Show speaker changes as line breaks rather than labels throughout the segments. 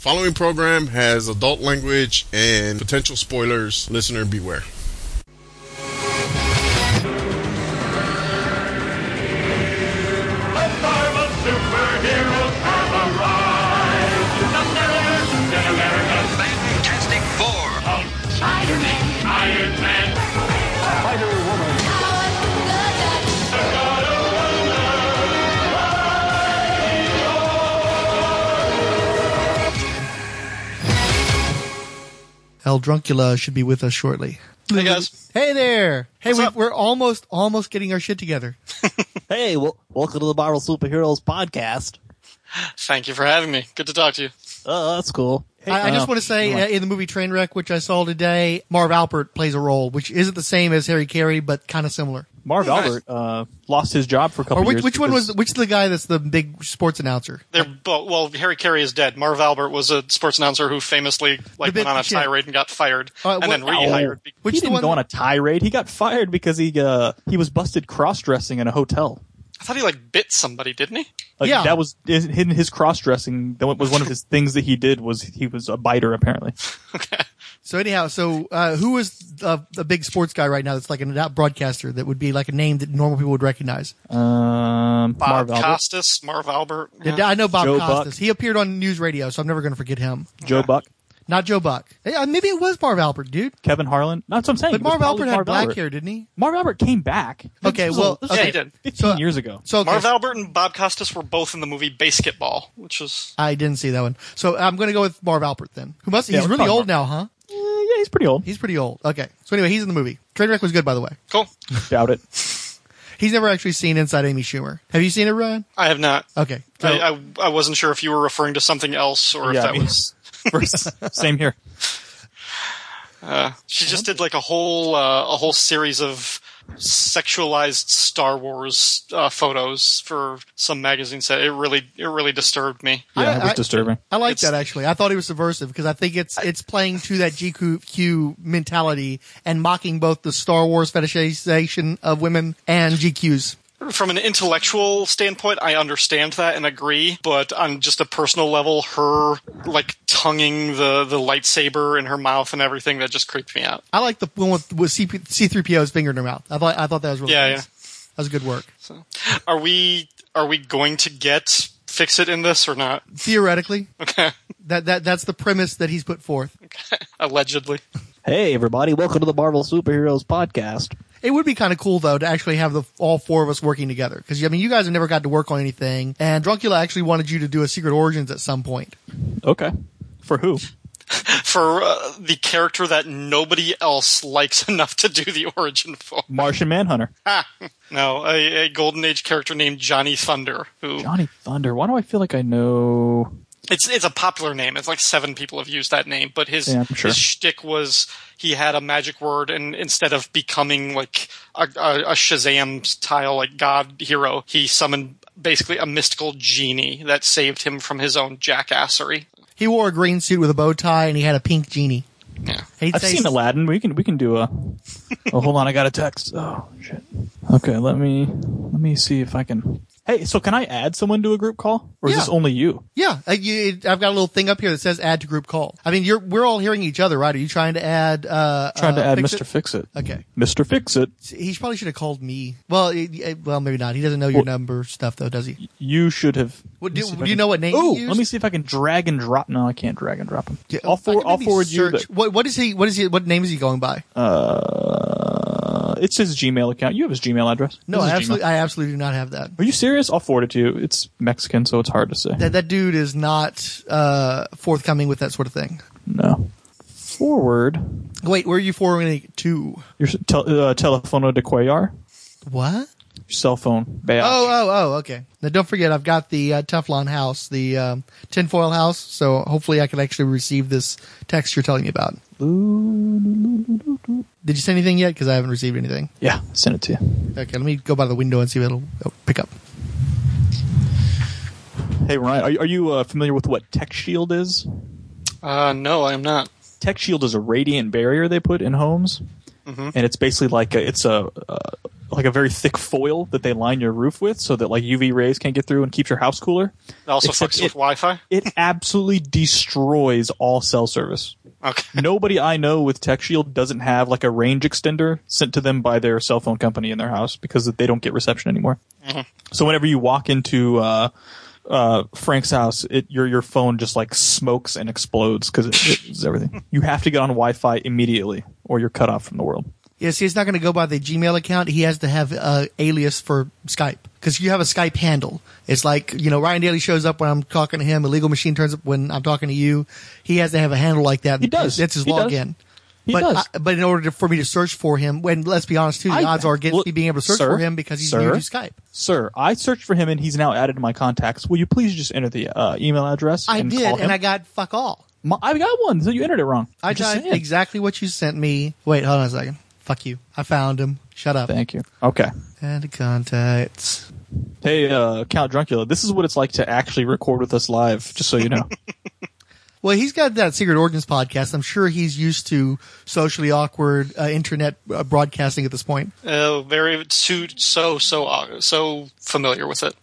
Following program has adult language and potential spoilers. Listener beware.
The storm of superheroes has arrived. The Senators in America.
Fantastic Four.
Hulk. Spider-Man. Iron Man.
El Druncula should be with us shortly.
Hey guys,
Hey there. Hey,
What's
we,
up?
we're almost almost getting our shit together.
Hey, well, welcome to the Marvel Superheroes podcast.
thank you for having me. Good to talk to you.
Oh, that's cool.
I, I just
Uh,
want to say uh, in the movie Trainwreck, which I saw today, Marv Alpert plays a role which isn't the same as Harry Carey, but kind of similar.
Marv
Nice.
Albert uh, lost his job for a couple
Or which
years.
which one was
because-
which is the guy that's the big sports announcer?
They're both, well, Harry Carey is dead. Marv Albert was a sports announcer who famously like
The bit-
went on a
shit.
tirade and got fired
Uh,
and then
what-
rehired. be-
Which
Oh, he
is the
didn't
one?
go on a tirade. He got fired because he uh, he was busted cross dressing in a hotel.
I thought he like bit somebody, didn't he?
Like,
Yeah.
that was his, his cross dressing. That was one of his things that he did was he was a biter apparently.
so anyhow, so uh, who is the, the big sports guy right now that's like an out broadcaster that would be like a name that normal people would recognize?
Um,
Bob
Marv Albert,
Costas, Marv Albert.
Yeah, I know Bob
Joe
Costas.
Buck.
He appeared on news radio, so I'm never going to forget him.
Joe Buck,
Not Joe Buck. Hey, uh, maybe it was Marv Alpert, dude.
Kevin Harlan. No, That's what I'm saying.
But
It was
Marv
probably
Alpert had
Marv
black
Albert.
hair, didn't he?
Marv Albert came back.
Okay, well,
this was
okay.
Yeah, he did.
15
So- uh,
years ago.
So okay,
Marv Albert and Bob Costas were both in the movie Basketball, which is
I didn't see that one. So I'm going to go with Marv Alpert then. Who must?
Yeah,
he's
we're
really
talking
old now, huh?
Eh, yeah, he's pretty old.
He's pretty old. Okay. So anyway, he's in the movie. Trainwreck was good, by the way.
cool.
Doubt it.
He's never actually seen Inside Amy Schumer. Have you seen it, Ryan?
I have not.
Okay. So,
I, I I wasn't sure if you were referring to something else or if
Yeah,
that
I mean-
was.
First- same here.
She just did like a whole uh, a whole series of sexualized Star Wars uh, photos for some magazine set. It really it really disturbed me.
Yeah,
I-
it was
I-
disturbing.
I like
It's-
that actually. I thought he was subversive because I think it's it's playing to that GQ mentality and mocking both the Star Wars fetishization of women and GQs.
From an intellectual standpoint, I understand that and agree, but on just a personal level, her like tonguing the the lightsaber in her mouth and everything that just creeped me out.
I like the one with, with C three PO's finger in her mouth. I thought I thought that was really
Yeah,
nice. That was good work.
Are we are we going to get fix it in this or not?
Theoretically,
Okay,
that that that's the premise that he's put forth.
allegedly.
Hey, everybody, welcome to the Marvel Superheroes podcast.
It would be kind of cool though to actually have the all four of us working together because I mean you guys have never got to work on anything, and Druncula actually wanted you to do a Secret Origins at some point.
Okay, for who?
for uh, the character that nobody else likes enough to do the origin for.
Martian Manhunter.
No, a, a Golden Age character named Johnny Thunder. Who
Johnny Thunder. Why do I feel like I know?
it's it's a popular name. It's like seven people have used that name, but his
Yeah, I'm sure.
his shtick was he had a magic word, and instead of becoming like a, a, a Shazam style like god hero, he summoned basically a mystical genie that saved him from his own jackassery.
He wore a green suit with a bow tie and he had a pink genie.
Yeah.
He'd
I've
say-
seen Aladdin. We can we can do a. Oh, hold on. I got a text. Oh shit. Okay, let me let me see if I can. Hey, so can I add someone to a group call, or is
Yeah.
this only you?
Yeah, I, you, I've got a little thing up here that says "add to group call." I mean, you're we're all hearing each other, right? Are you trying to add? Uh,
Trying to
uh,
add
fix
Mr.
it?
Fix It.
Okay,
Mr. Fix It,
he sh- probably should have called me. Well, eh, eh, well, maybe not. He doesn't know your number stuff though, does he?
you should have.
Well,
let me
do-
see if
do
I
you
can-
know what name
Ooh,
you
let me
used?
see if I can drag and drop. No, I can't drag and drop him. I'll,
I
for,
can
I'll
maybe
forward you.
search-
The,
What, what is he? What is he? What name is he going by?
uh, it's his Gmail account. You have his Gmail address.
no, I
This is Gmail.
absolutely, I absolutely do not have that.
Are you serious? I'll forward it to you. It's Mexican, so it's hard to say.
That that dude is not uh, forthcoming with that sort of thing.
No. Forward.
Wait, where are you forwarding it to?
Your s- tel- uh, telefono de cuellar.
What?
Your cell phone. Badge.
Oh, oh, oh, okay. Now don't forget, I've got the uh, Teflon house, the um, tinfoil house, so hopefully I can actually receive this text you're telling me about. Did you send anything yet? Because I haven't received anything.
Yeah, send it to you.
Okay, let me go by the window and see if it'll oh, pick up.
Hey, Ryan, are you, are you uh, familiar with what Tech Shield is?
Uh, no, I'm not.
Tech Shield is a radiant barrier they put in homes, and it's basically like a, it's a, a like a very thick foil that they line your roof with so that like UV rays can't get through and keeps your house cooler.
It also
Except
fucks
it-
with Wi-Fi.
It absolutely destroys all cell service.
Okay.
Nobody I know with Tech Shield doesn't have like a range extender sent to them by their cell phone company in their house because they don't get reception anymore.
Mm-hmm.
So whenever you walk into uh, uh, Frank's house, it, your your phone just like smokes and explodes because it, it's everything. You have to get on Wi-Fi immediately, or you're cut off from the world.
Yeah, see, it's not going to go by the Gmail account. He has to have uh, alias for Skype because you have a Skype handle. It's like you know Ryan Daly shows up when I'm talking to him. Illegal Machine turns up when I'm talking to you. He has to have a handle like that.
He does.
That's his
He does.
login.
He
but
does.
I- but in order to, for me to search for him, when let's be honest, too, the
I-
odds are against
look,
me being able to search
sir,
for him because he's
sir.
new to Skype.
Sir, I searched for him and he's now added to my contacts. Will you please just enter the uh, email address?
I
and
did,
call him?
and I got fuck all.
My- I got one. So you entered it wrong.
I
I'm just
got
saying.
exactly what you sent me. Wait, hold on a second. Fuck you. I found him. Shut up.
Thank you. Okay.
And contacts.
Hey, uh, Count Druncula, this is what it's like to actually record with us live, just so you know.
Well, he's got that Secret Origins podcast. I'm sure he's used to socially awkward uh, internet uh, broadcasting at this point.
Uh, very so so so uh, so familiar with it.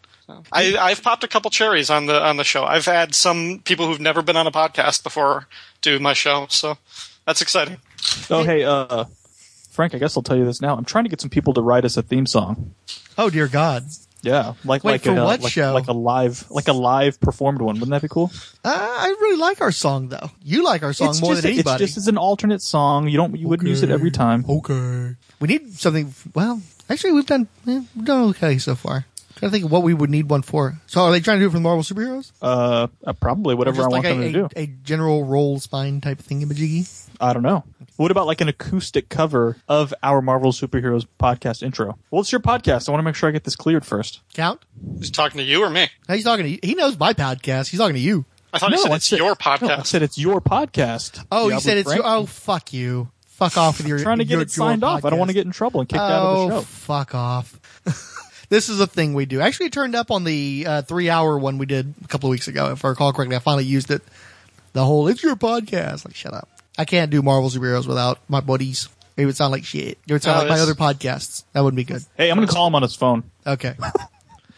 I, I've popped a couple cherries on the on the show. I've had some people who've never been on a podcast before do my show, so that's exciting.
oh, hey, uh, Frank, I guess I'll tell you this now. I'm trying to get some people to write us a theme song.
Oh dear God!
Yeah, like
Wait,
like
for
a,
what
like,
show?
like a live like a live performed one. Wouldn't that be cool?
Uh, I really like our song though. You like our song
it's
more
just
than
it's
anybody.
just as an alternate song. You don't you wouldn't use it every time.
okay. We need something. Well, actually, we've done eh, we've done okay so far. trying to think of what we would need one for. So, are they trying to do it for the Marvel superheroes?
Uh, uh, probably
Or
whatever I
just
want
like
them
a,
to do.
a, a general roll spine type thingamajiggy.
I don't know. What about like an acoustic cover of our Marvel superheroes podcast intro? Well, it's your podcast. I want to make sure I get this cleared first.
Count.
Is talking to you or me?
Now he's talking to you. He knows my podcast. He's talking to you.
I thought you said it's your podcast.
No, I said it's your podcast.
Oh,
Diablo
you said it's
Frank.
your, oh fuck you. Fuck off with your
trying to get
your-
it signed
your
off. I don't want to
podcast.
get in trouble and kicked
oh,
out of the show.
fuck off. this is a thing we do. Actually, it turned up on the uh, three hour one we did a couple of weeks ago. If I recall correctly, I finally used it. The whole it's your podcast. Like shut up. I can't do Marvel superheroes without my buddies. It would sound like shit. It would sound
Oh,
like my
it's-
other podcasts. That wouldn't be good.
Hey, I'm going to call him on his phone.
Okay.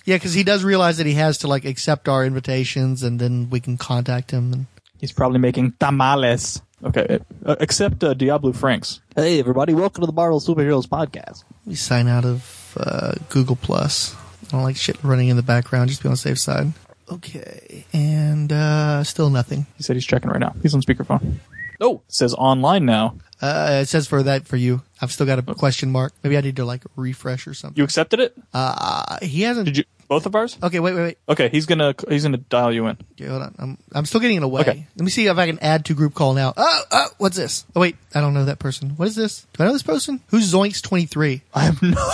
Yeah, because he does realize that he has to like accept our invitations, and then we can contact him. And
He's probably making tamales. Okay, uh, except uh, Diablo Franks.
Hey, everybody, welcome to the Marvel Superheroes Podcast.
We sign out of uh, Google Plus. I don't like shit running in the background. Just be on the safe side. Okay, and uh, still nothing.
He said he's checking right now. He's on speakerphone. Oh, it says online now.
Uh, it says for that for you. I've still got a question mark. Maybe I need to like refresh or something.
You accepted it?
Uh, he hasn't.
Did you both of ours?
okay, wait, wait, wait.
Okay, he's gonna he's gonna dial you in.
Okay, hold on. I'm I'm still getting it away.
Okay.
Let me see if I can add to group call now. Oh, oh, what's this? Oh wait, I don't know that person. What is this? Do I know this person? Who's Zoinks twenty three?
I have no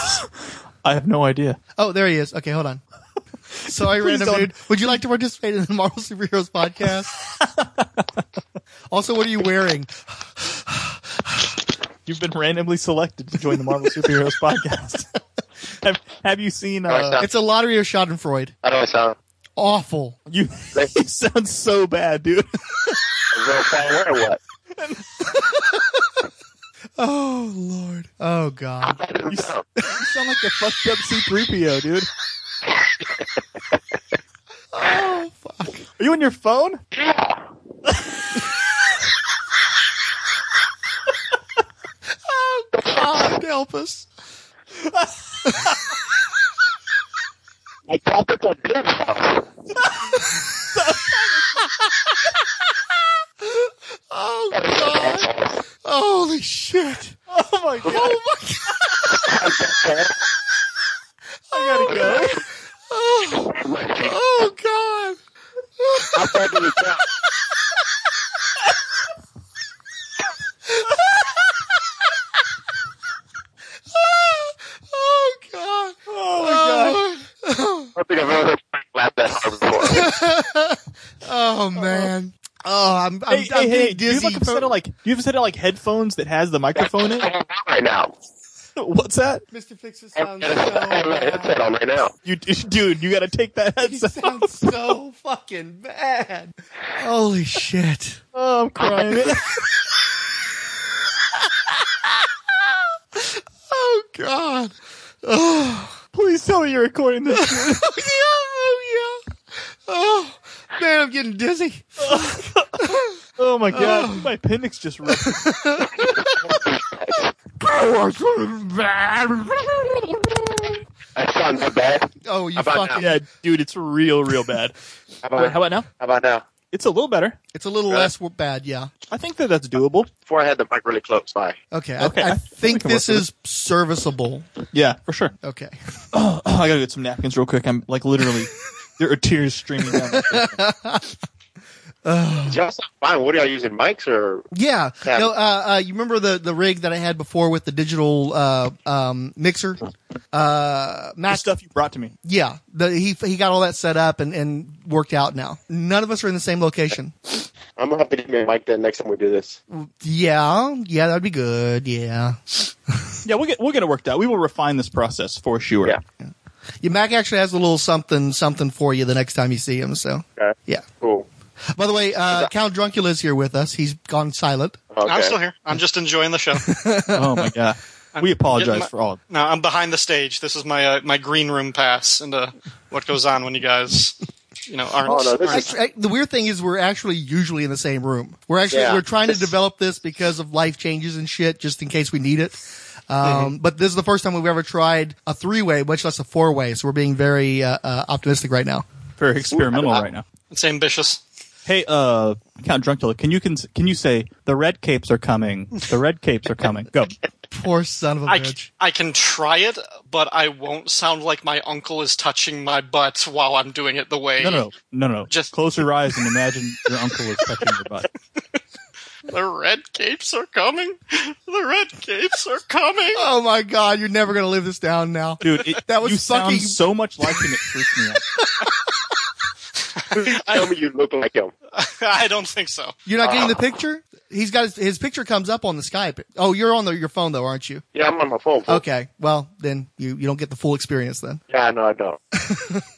I have no idea.
Oh, there he is. Okay, hold on. Sorry, random
don't.
dude. Would you like to participate in the Marvel Superheroes podcast? also, what are you wearing?
You've been randomly selected to join the Marvel Superheroes podcast. Have, have you seen?
Alright,
Uh,
stop.
It's a lottery of Schadenfreude.
How do I sound?
Awful.
you,
Like,
you sound so bad,
a
dude.
real fine or what?
Oh Lord. Oh God.
I don't know.
You sound like a fucked up C3PO, dude.
Oh fuck.
Are you on your phone?
Yeah.
Oh God, help us.
I thought that's a big house.
Oh God. Holy shit.
Oh my god!
Oh my God.
I gotta go.
Oh, oh God.
How bad did it sound?
Oh God.
Oh my
I
Oh,
don't think I've ever heard Frank laugh that hard before.
oh, man. Oh, I'm,
god!
I'm,
Hey,
I'm getting
hey, hey! Do you have
dizzy.
like a set of like? Do you have a set of like headphones that has the microphone in?
I have
it?
one right now.
What's that?
Mr. Fixer
I've
sounds so
got a- I have my
bad.
headset on right now.
You, dude, you gotta take that
He
headset. off.
sounds so fucking bad. Holy shit.
Oh, I'm crying.
Oh God.
Please tell me you're recording this.
yeah, oh yeah. Oh man, I'm getting dizzy.
oh my god, my appendix just ripped.
That sounds bad.
Oh, you
How about
fucking.
yeah, dude, it's real, real bad.
How
Wait,
Uh,
about,
how
how
about now?
about now?
It's a little better.
It's a little
Really?
less w- bad. Yeah.
I think that that's doable.
Before I had the mic really close, bye.
Okay.
Okay,
I, I
I
think
think we can
this
work with
is serviceable.
Yeah, for sure.
Okay.
I gotta get some napkins real quick. I'm like literally, there are tears streaming down. my face.
Did y'all sound fine? What are y'all using mics or?
Yeah.
Yeah.
No. Uh, uh, you remember the the rig that I had before with the digital uh, um, mixer? Uh,
The
Mac.
stuff you brought to me.
Yeah. The, he he got all that set up and and worked out now. None of us are in the same location.
I'm gonna have to give me a mic then next time we do this.
Yeah. Yeah. That'd be good. Yeah.
Yeah, we'll get we'll get it worked out. We will refine this process for sure.
Yeah.
Your Mac actually has a little something something for you the next time you see him. So
Okay.
yeah.
Cool.
By the way, uh, Count Druncula is here with us. He's gone silent.
Okay.
I'm still here. I'm just enjoying the show.
Oh my god. We apologize
my-
for all.
no, I'm behind the stage. This is my uh, my green room pass into what goes on when you guys, you know, aren't.
Oh, no, this
aren't-
is-
Actually, I- the weird thing is we're actually usually in the same room. We're actually
Yeah.
we're trying to
It's-
develop this because of life changes and shit, just in case we need it. Um, But this is the first time we've ever tried a three way, much less a four way. So we're being very uh, uh, optimistic right now.
Very experimental
Ooh, I-
right now.
it's ambitious.
Hey, uh, Count Druncula, can you can can you say the red capes are coming? The red capes are coming. Go.
Poor son of a
I,
bitch.
c- I can try it, but I won't sound like my uncle is touching my butt while I'm doing it the way
No, no, no, no, no.
Just-
Just close your eyes and imagine your uncle is touching your butt.
the red capes are coming. The red capes are coming.
Oh my god, you're never gonna live this down now.
Dude, it,
That was
you
fucking-
sound so much like him. It freaks me out.
Tell me you look like him.
I don't think so.
You're not getting the picture. He's got his, his picture comes up on the Skype. Oh, you're on the, your phone though, aren't you?
Yeah, I'm on my phone. fool.
Okay. Well, then you, you don't get the full experience then.
Yeah, no, I don't.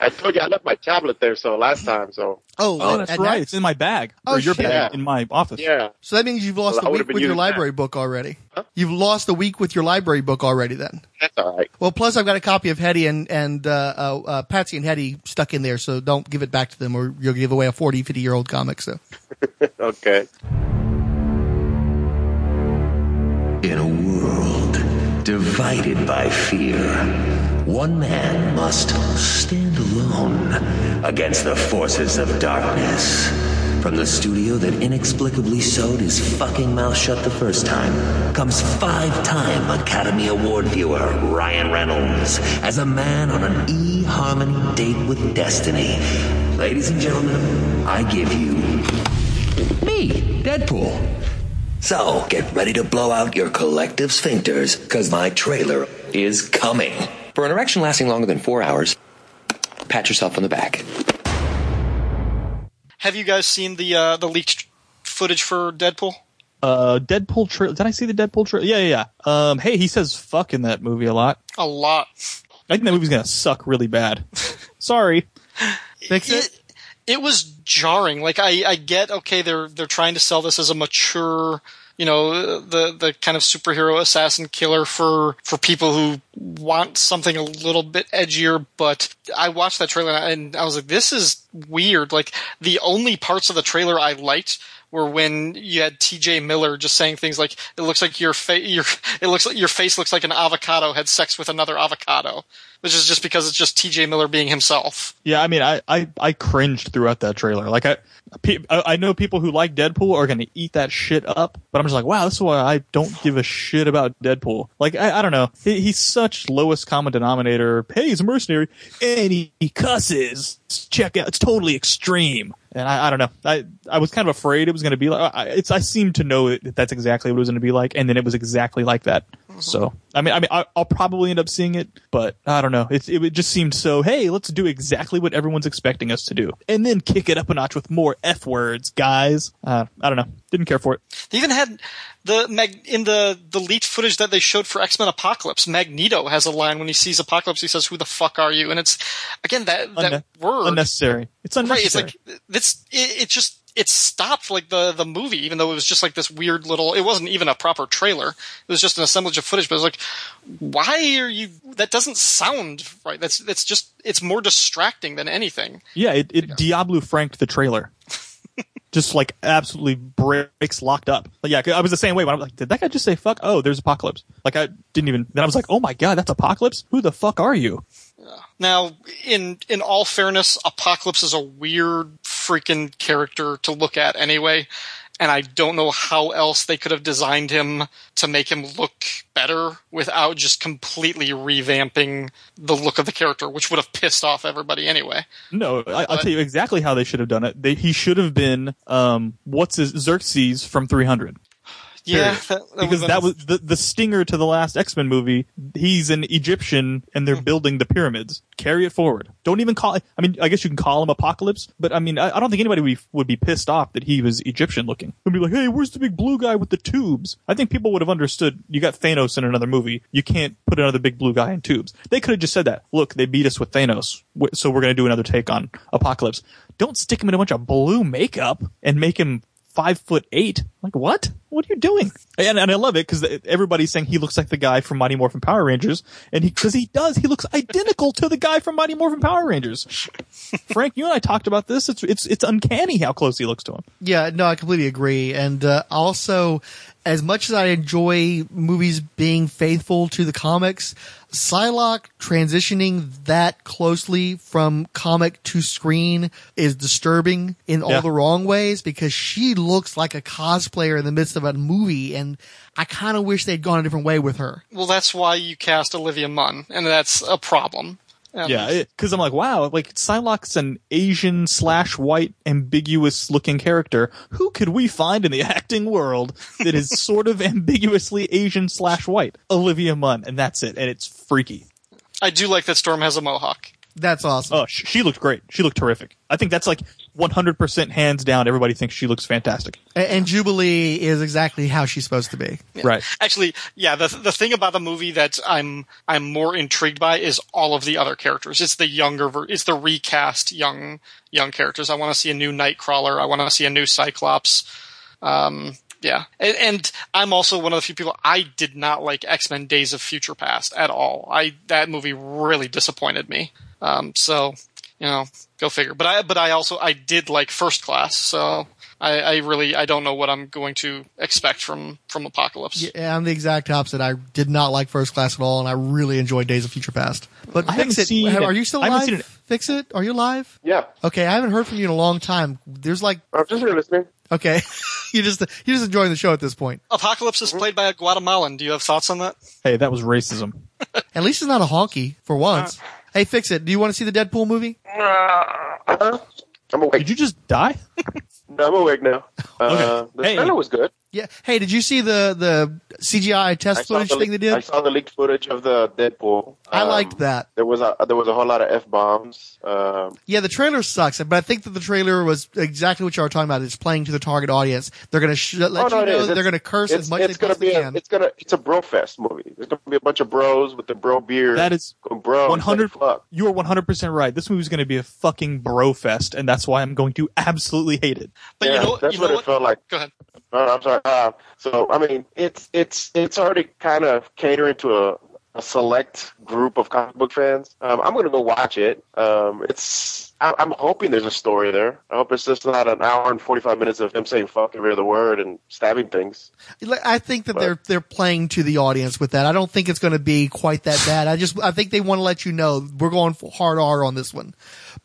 I told you I left my tablet there so last time. So
Oh,
Oh,
at-
that's
at
right.
night?
It's in my bag
Oh,
or your
shit.
bag in my office.
yeah,
So that means you've lost
Well, I
a
would've
week
been
with your
using that.
library book already. You've lost a week with your library book already then.
that's all right.
Well, plus I've got a copy of Hetty and, and, uh, uh, uh, Patsy and Hetty stuck in there. So don't give it back to them or you'll give away a 40, 50 year old comic. So
Okay.
In a world divided by fear, one man must stand alone against the forces of darkness. From the studio that inexplicably sewed his fucking mouth shut the first time comes five time Academy Award viewer Ryan Reynolds as a man on an e harmony date with destiny. Ladies and gentlemen, I give you me, Deadpool. So get ready to blow out your collective sphincters, because my trailer is coming.
For an erection lasting longer than four hours, pat yourself on the back.
Have you guys seen the uh, the leaked footage for Deadpool?
Uh, Deadpool trailer. Did I see the Deadpool trailer? Yeah, yeah, yeah. Um, hey, he says fuck in that movie a lot.
A lot.
I think that movie's gonna suck really bad. Sorry.
fix it.
It, it was jarring. Like I, I get okay, they're they're trying to sell this as a mature, you know, the the kind of superhero assassin killer for for people who want something a little bit edgier. But I watched that trailer and I, and I was like, this is weird. Like the only parts of the trailer I liked were when you had T.J. Miller just saying things like, "It looks like your face, your it looks like your face looks like an avocado had sex with another avocado," which is just because it's just T.J. Miller being himself.
Yeah, I mean, I, I, I cringed throughout that trailer. Like, I, pe- I I know people who like Deadpool are going to eat that shit up, but I'm just like, wow, this is why I don't give a shit about Deadpool. Like, I, I don't know. He, he's such lowest common denominator. Hey, he's a mercenary, and he, he cusses. Check out, it's totally extreme. And I, I don't know. I, I was kind of afraid it was going to be like. I, it's I seemed to know that that's exactly what it was going to be like, and then it was exactly like that.
Mm-hmm.
So I mean, I mean, I, I'll probably end up seeing it, but I don't know. It, it, just seemed so. Hey, let's do exactly what everyone's expecting us to do, and then kick it up a notch with more f words, guys. Uh, I don't know. Didn't care for it.
They even had the mag- in the the leaked footage that they showed for X Men Apocalypse. Magneto has a line when he sees Apocalypse. He says, "Who the fuck are you?" And it's again that that
Unne-
word.
unnecessary. It's unnecessary.
Right, it's like it's it, it just it stopped like the the movie, even though it was just like this weird little. It wasn't even a proper trailer. It was just an assemblage of footage. But it was like, why are you? That doesn't sound right. That's that's just. It's more distracting than anything.
Yeah, it, it Diablo franked the trailer. just like absolutely breaks locked up. Like, yeah, 'cause I was the same way when I was like, did that guy just say fuck? Oh, there's apocalypse. Like I didn't even. Then I was like, oh my god, that's apocalypse. Who the fuck are you?
Now, in in all fairness, Apocalypse is a weird freaking character to look at anyway, and I don't know how else they could have designed him to make him look better without just completely revamping the look of the character, which would have pissed off everybody anyway.
No, I, I'll
But-
tell you exactly how they should have done it. They, he should have been um, what's his Xerxes from 300.
Yeah, that, that would've
because
been-
that was the, the stinger to the last X Men movie. He's an Egyptian, and they're building the pyramids. Carry it forward. Don't even call. I mean, I guess you can call him Apocalypse, but I mean, I, I don't think anybody would be, would be pissed off that he was Egyptian looking. Would be like, hey, where's the big blue guy with the tubes? I think people would have understood. You got Thanos in another movie. You can't put another big blue guy in tubes. They could have just said that. Look, they beat us with Thanos, w- so we're going to do another take on Apocalypse. Don't stick him in a bunch of blue makeup and make him five foot eight. Like what? What are you doing? And, and I love it because everybody's saying he looks like the guy from Mighty Morphin Power Rangers, and he because he does. He looks identical to the guy from Mighty Morphin Power Rangers. Frank, you and I talked about this. It's it's it's uncanny how close he looks to him.
Yeah, no, I completely agree. And uh, also, as much as I enjoy movies being faithful to the comics, Psylocke transitioning that closely from comic to screen is disturbing in all
Yeah.
the wrong ways because she looks like a cosplayer in the midst of a movie, and I kind of wish they'd gone a different way with her.
well, that's why you cast Olivia Munn, and that's a problem. Um,
Yeah, because I'm like, wow, like Psylocke's an Asian slash white ambiguous looking character. Who could we find in the acting world that is sort of ambiguously Asian slash white? Olivia Munn, and that's it. And it's freaky.
I do like that Storm has a mohawk.
That's awesome.
Oh, sh- she looked great. She looked terrific. I think that's like 100% hands down. Everybody thinks she looks fantastic.
A- and Jubilee is exactly how she's supposed to be.
Right.
Actually, yeah, the the thing about the movie that I'm I'm more intrigued by is all of the other characters. It's the younger ver- it's the recast young young characters. I want to see a new Nightcrawler. I want to see a new Cyclops. Um yeah. And, and I'm also one of the few people I did not like X-Men Days of Future Past at all. I that movie really disappointed me. Um so, you know, go figure. But I but I also I did like First Class. So I, I really I don't know what I'm going to expect from from Apocalypse.
Yeah, I'm the exact opposite. I did not like First Class at all, and I really enjoyed Days of Future Past. But
I
fix
haven't
it.
seen
Have-
it.
Are you still
I haven't
alive?
seen it.
Fix it. Are you alive?
Yeah,
Okay, I haven't heard from you in a long time. There's like
I'm just here listening.
okay, you just you're just enjoying the show at this point.
Apocalypse
Mm-hmm.
is played by a Guatemalan. Do you have thoughts on that?
Hey, that was racism.
At least it's not a honky for once.
Uh,
hey, fix it. Do you want to see the Deadpool movie?
Uh-huh. I'm awake.
Did you just die?
No, I'm awake now. Uh, The
Hey.
trailer was good.
Yeah. Hey, did you see the the CGI test footage
the,
thing they
leaked-
did?
I saw the leaked footage of the Deadpool.
I
Um,
liked that.
There was a there was a whole lot of f bombs. Um,
Yeah, the trailer sucks, but I think that the trailer was exactly what you were talking about. It's playing to the target audience. They're going to sh- let
Oh, no,
you
it
know
is.
that they're
It's-
going to curse
it's,
as much
it's
as they
gonna
possibly
be a,
can.
It's gonna it's a bro fest movie. There's gonna be a bunch of bros with the bro beard.
That is
going, bro. it's
One
like,
hundred.
fuck.
You are one hundred percent right. This movie's going to be a fucking bro fest, and that's why I'm going to absolutely hate it.
But
yeah,
you know,
that's
you
what
know
it
what?
felt like.
Go ahead.
No, no, I'm sorry. Uh, so I mean, it's it's it's already kind of catering to a, a select group of comic book fans. Um, I'm gonna go watch it. Um, it's I, I'm hoping there's a story there. I hope it's just not an hour and 45 minutes of him saying fuck every other word and stabbing things.
Like, I think that
But-
they're they're playing to the audience with that. I don't think it's going to be quite that bad. I just I think they want to let you know we're going for hard R on this one.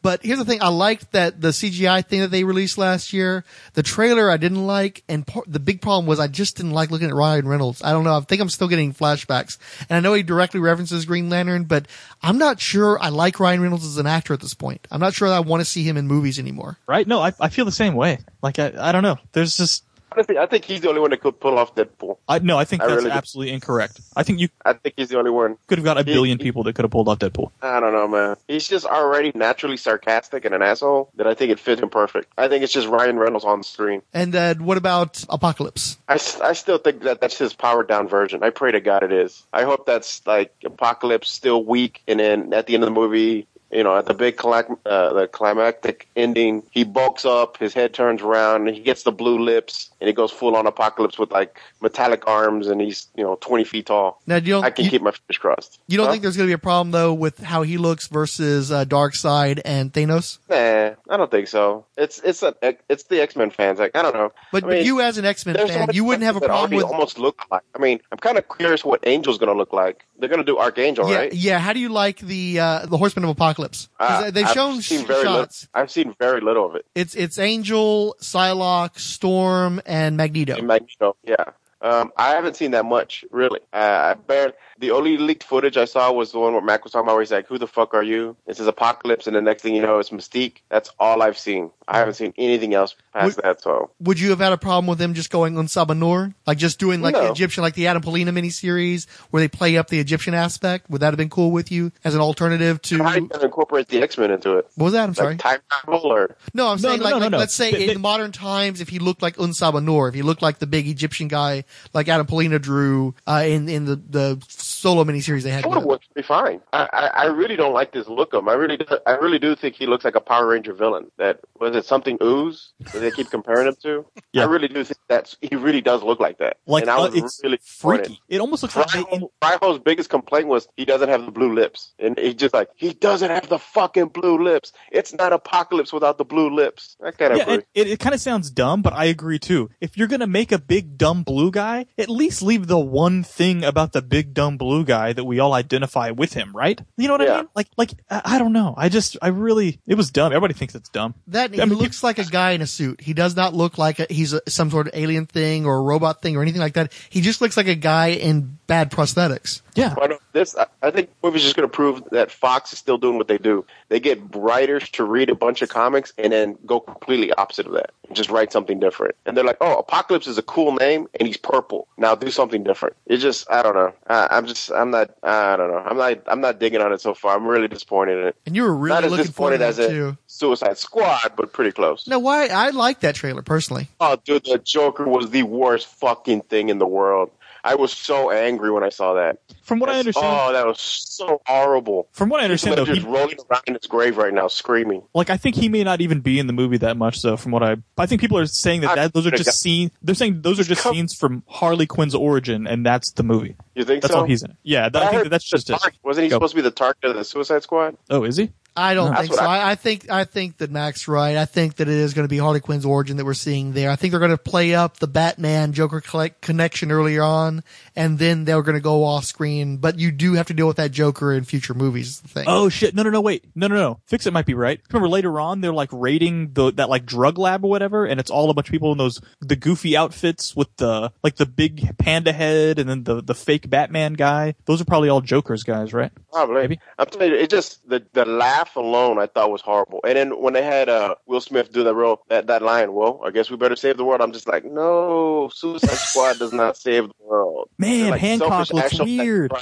But here's the thing: I liked that the CGI thing that they released last year. The trailer I didn't like, and par- the big problem was I just didn't like looking at Ryan Reynolds. I don't know. I think I'm still getting flashbacks, and I know he directly references Green Lantern, but I'm not sure I like Ryan Reynolds as an actor at this point. I'm not sure that I want to see him in movies anymore.
Right? No, I, I feel the same way. Like I, I don't know. There's just
Honestly, I think he's the only one that could pull off Deadpool.
I no. I think
I
that's
really do.
absolutely incorrect. I think you
I think he's the only one.
could have got a
He-
billion
he-
people that could have pulled off Deadpool.
I don't know, man. He's just already naturally sarcastic and an asshole that I think it fits him perfect. I think it's just Ryan Reynolds on screen.
And then what about Apocalypse?
I, s- I still think that that's his powered down version. I pray to God it is. I hope that's like Apocalypse still weak, and then at the end of the movie, you know, at the big climac, uh, the climactic ending, he bulks up, his head turns around, and he gets the blue lips, and he goes full on apocalypse with like metallic arms, and he's you know twenty feet tall.
Now, do you don't-
I can
you-
keep my fingers crossed.
You don't
Huh?
think there's going to be a problem though with how he looks versus uh, Dark Side and Thanos?
Nah, I don't think so. It's it's a, it's the X Men fans. Like I don't know,
But,
I
but
mean,
you, as an X Men
there's so
fan,
many
you wouldn't have a
that
problem
already
with.
almost look like. I mean, I'm kind of curious what Angel's going to look like. They're going to do Archangel,
yeah,
right?
yeah. How do you like the uh, the Horsemen of Apocalypse? 'Cause
Ah,
they- they've
I've
shown
seen
sh-
very
shots.
Little, I've seen very little of it.
It's it's Angel, Psylocke, Storm, and Magneto.
in Magneto. Yeah. Um, I haven't seen that much, really. Uh, I barely, the only leaked footage I saw was the one where Mac was talking about where he's like, who the fuck are you? This is Apocalypse, and the next thing you know, it's Mystique. That's all I've seen. I haven't seen anything else past
Would-
that, so.
Would you have had a problem with them just going on Sabanur, like just doing like the
No.
Egyptian, like the Adam Polina miniseries, where they play up the Egyptian aspect? Would that have been cool with you as an alternative to?
How are you
What
going to incorporate the X Men into it?
was that? I'm sorry.
Like time travel or
No, I'm
No,
saying
no,
like,
no, no,
like
no.
let's say
They-
in
they-
the modern times, if he lolooked like Unsaba Noor, if he looked like the big Egyptian guy, like Adam Polina drew uh, in in the the solo miniseries they had.
it would
with
have
him.
worked pretty fine. I, I, I really don't like this look of him. I really do, I really do think he looks like a Power Ranger villain. That was it something ooze that they keep comparing him to.
Yeah.
I really do think that's he really does look like that.
Like
and I
uh,
was
it's
really disappointed.
freaky. It almost looks like they, in-
Ryho's biggest complaint was he doesn't have the blue lips, and he's just like he doesn't have the fucking blue lips. It's not apocalypse without the blue lips. I kind of
yeah,
agree.
and it, it kind of sounds dumb, but I agree too. If you're gonna make a big dumb blue guy, at least leave the one thing about the big dumb blue guy that we all identify with him, right? You know what I
Yeah.
mean? Like, like I, I don't know. I just, I really, it was dumb. Everybody thinks it's dumb.
That he
I mean,
looks like a guy in a suit. He does not look like a, he's a, some sort of alien thing or a robot thing or anything like that. He just looks like a guy in bad prosthetics.
Yeah,
I don't- this, I- I think the movie's just going to prove that Fox is still doing what they do. They get writers to read a bunch of comics and then go completely opposite of that, and just write something different. And they're like, "Oh, Apocalypse is a cool name, and he's purple. Now do something different." It's just, I don't know. I, I'm just, I'm not, I don't know. I'm not, I'm not digging on it so far. I'm really disappointed in it.
And you were really
not as
looking forward to
disappointed
that
as in
too.
Suicide Squad, but pretty close.
No, why? I like that trailer personally.
Oh, dude, the Joker was the worst fucking thing in the world. I was so angry when I saw that.
from what I
That's-
understand,
Oh, that was so horrible.
from what I
He's
understand though,
just
he-
rolling around in his grave right now, screaming.
like I think he may not even be in the movie that much though. From what I, I think people are saying that,
I-
that those are
Yeah.
just scenes. They're saying those are just
come-
scenes from Harley Quinn's origin, and that's the movie.
You think
That's
so?
all he's in. It. Yeah, that, I think
heard
that that's just it.
Target- Wasn't he
Go.
supposed to be the target of the Suicide Squad?
Oh, is he?
I don't
That's
think
what
so. I, I think I think that Mac's right. I think that it is going to be Harley Quinn's origin that we're seeing there. I think they're going to play up the Batman Joker collect connection earlier on, and then they're going to go off screen. But you do have to deal with that Joker in future movies. is the Thing.
Oh shit! No, no, no! Wait! No, no, no! Fix it might be right. Remember later on, they're like raiding the that like drug lab or whatever, and it's all a bunch of people in those the goofy outfits with the like the big panda head and then the the fake Batman guy. Those are probably all Joker's guys, right?
Probably.
Maybe.
I'm telling you, it just the the laugh alone I thought was horrible. And then when they had uh, Will Smith do that real that, that line, well, I guess we better save the world. I'm just like, no, Suicide Squad does not save the world.
Man,
They're like
Hancock
selfish
looks
actual-
weird.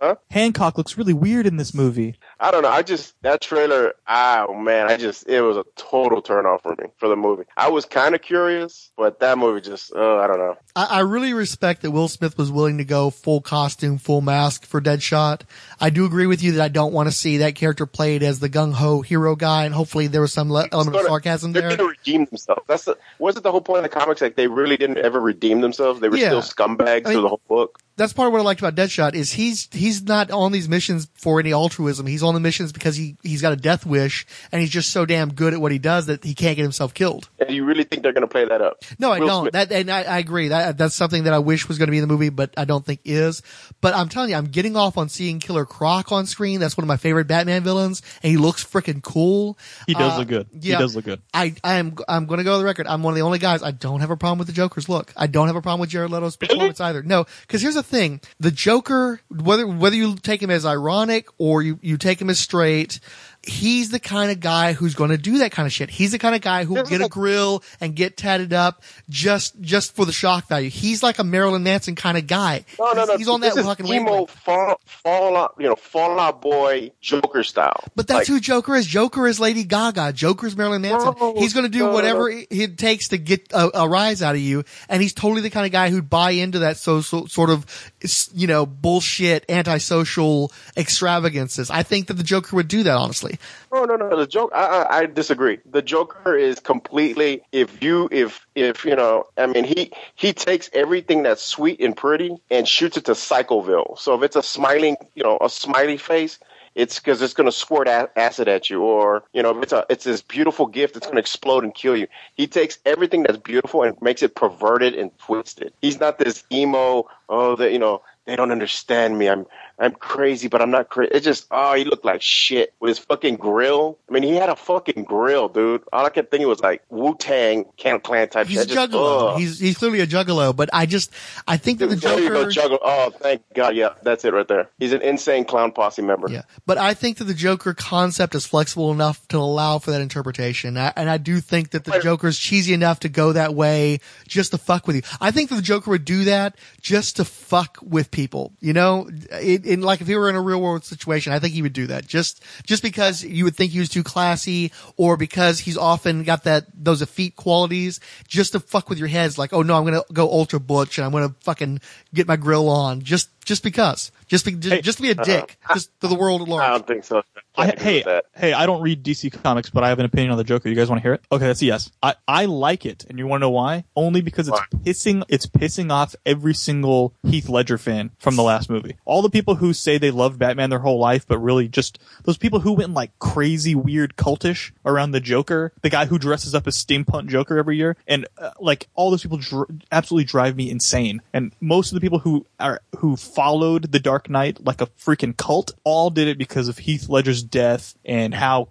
Huh?
Hancock looks really weird in this movie.
I don't know. I just that trailer. Oh man, I just it was a total turn off for me for the movie. I was kind of curious, but that movie just oh I don't know.
I, I really respect that Will Smith was willing to go full costume, full mask for Deadshot. I do agree with you that I don't want to see that character played as the gung ho hero guy, and hopefully there was some le- element of
Sorta-
sarcasm
They're
there.
going to redeem themselves. That's the, wasn't the whole point of the comics. Like they really didn't ever redeem themselves. They were
Yeah.
still scumbags
I mean-
through the whole book.
that's part of what I liked about Deadshot is he's he's not on these missions for any altruism. He's on the missions because he he's got a death wish and he's just so damn good at what he does that he can't get himself killed.
And you really think they're going to play that up?
No, I
Will
don't.
Smith-
That and I, I agree. That that's something that I wish was going to be in the movie, but I don't think is. But I'm telling you, I'm getting off on seeing Killer Croc on screen. That's one of my favorite Batman villains, and he looks freaking cool.
He does
Uh,
look good.
yeah.
He does look good.
I, I am I'm going to go on the record. I'm one of the only guys. I don't have a problem with the Joker's look. I don't have a problem with Jared Leto's performance either. No, because here's the thing: the Joker, whether whether you take him as ironic or you you take him as straight, he's the kind of guy who's going to do that kind of shit. He's the kind of guy who will get a grill and get tatted up just just for the shock value. He's like a Marilyn Manson kind of guy.
No, no,
He's-
no.
He's on
this
that
is
fucking
emo
wavelength.
fall, fall out, you know, Fallout Boy Joker style.
But that's
Like,
who Joker is. Joker is Lady Gaga. Joker's Marilyn Manson.
No,
he's going to do
no, no,
whatever
no.
it- it takes to get a, a rise out of you, and he's totally the kind of guy who'd buy into that so, so sort of s- you know bullshit antisocial extravagances. I think that the Joker would do that honestly.
No, no, no. The joke. I, I, I disagree. The Joker is completely. If you, if, if you know, I mean, he he takes everything that's sweet and pretty and shoots it to Psychoville. So if it's a smiling, you know, a smiley face. It's because it's going to squirt a- acid at you, or you know, if it's a it's this beautiful gift, it's going to explode and kill you. He takes everything that's beautiful and makes it perverted and twisted. He's not this emo. Oh, that you know, they don't understand me. I'm I'm crazy, but I'm not crazy. It's just oh, he looked like shit with his fucking grill. I mean, he had a fucking grill, dude. All I kept thinking was like Wu Tang, Can Clan type.
He's a
shit. Just,
juggalo.
ugh.
He's he's clearly a juggalo. But I just I think that the
there you go,
Joker.
juggalo. Oh, thank God. Yeah, that's it right there. He's an insane clown posse member.
Yeah, but I think that the Joker concept is flexible enough to allow for that interpretation, I, and I do think that the
Wait.
Joker's cheesy enough to go that way just to fuck with you. I think that the Joker would do that just to fuck with people. You know, it, in like if he were in a real world situation, I think he would do that just just because you would think he was too classy, or because he's often got that those effete qualities just to fuck with your heads. Like, oh no, I'm gonna go ultra butch and I'm gonna fucking get my grill on just just because just be, just, just to be
uh,
a dick just to the world at
I
large.
don't think so. I
I,
agree
hey,
with that.
hey, I don't read DC comics, but I have an opinion on the Joker. You guys want to hear it? Okay, that's a yes. I, I like it, and you want to know why? Only because it's
Why?
pissing it's pissing off every single Heath Ledger fan from the last movie. All the people who say they loved Batman their whole life, but really just those people who went like crazy, weird, cultish around the Joker, the guy who dresses up as steampunk Joker every year, and uh, like all those people dr- absolutely drive me insane. And most of the people who are who followed the Dark Knight like a freaking cult all did it because of Heath Ledger's death and how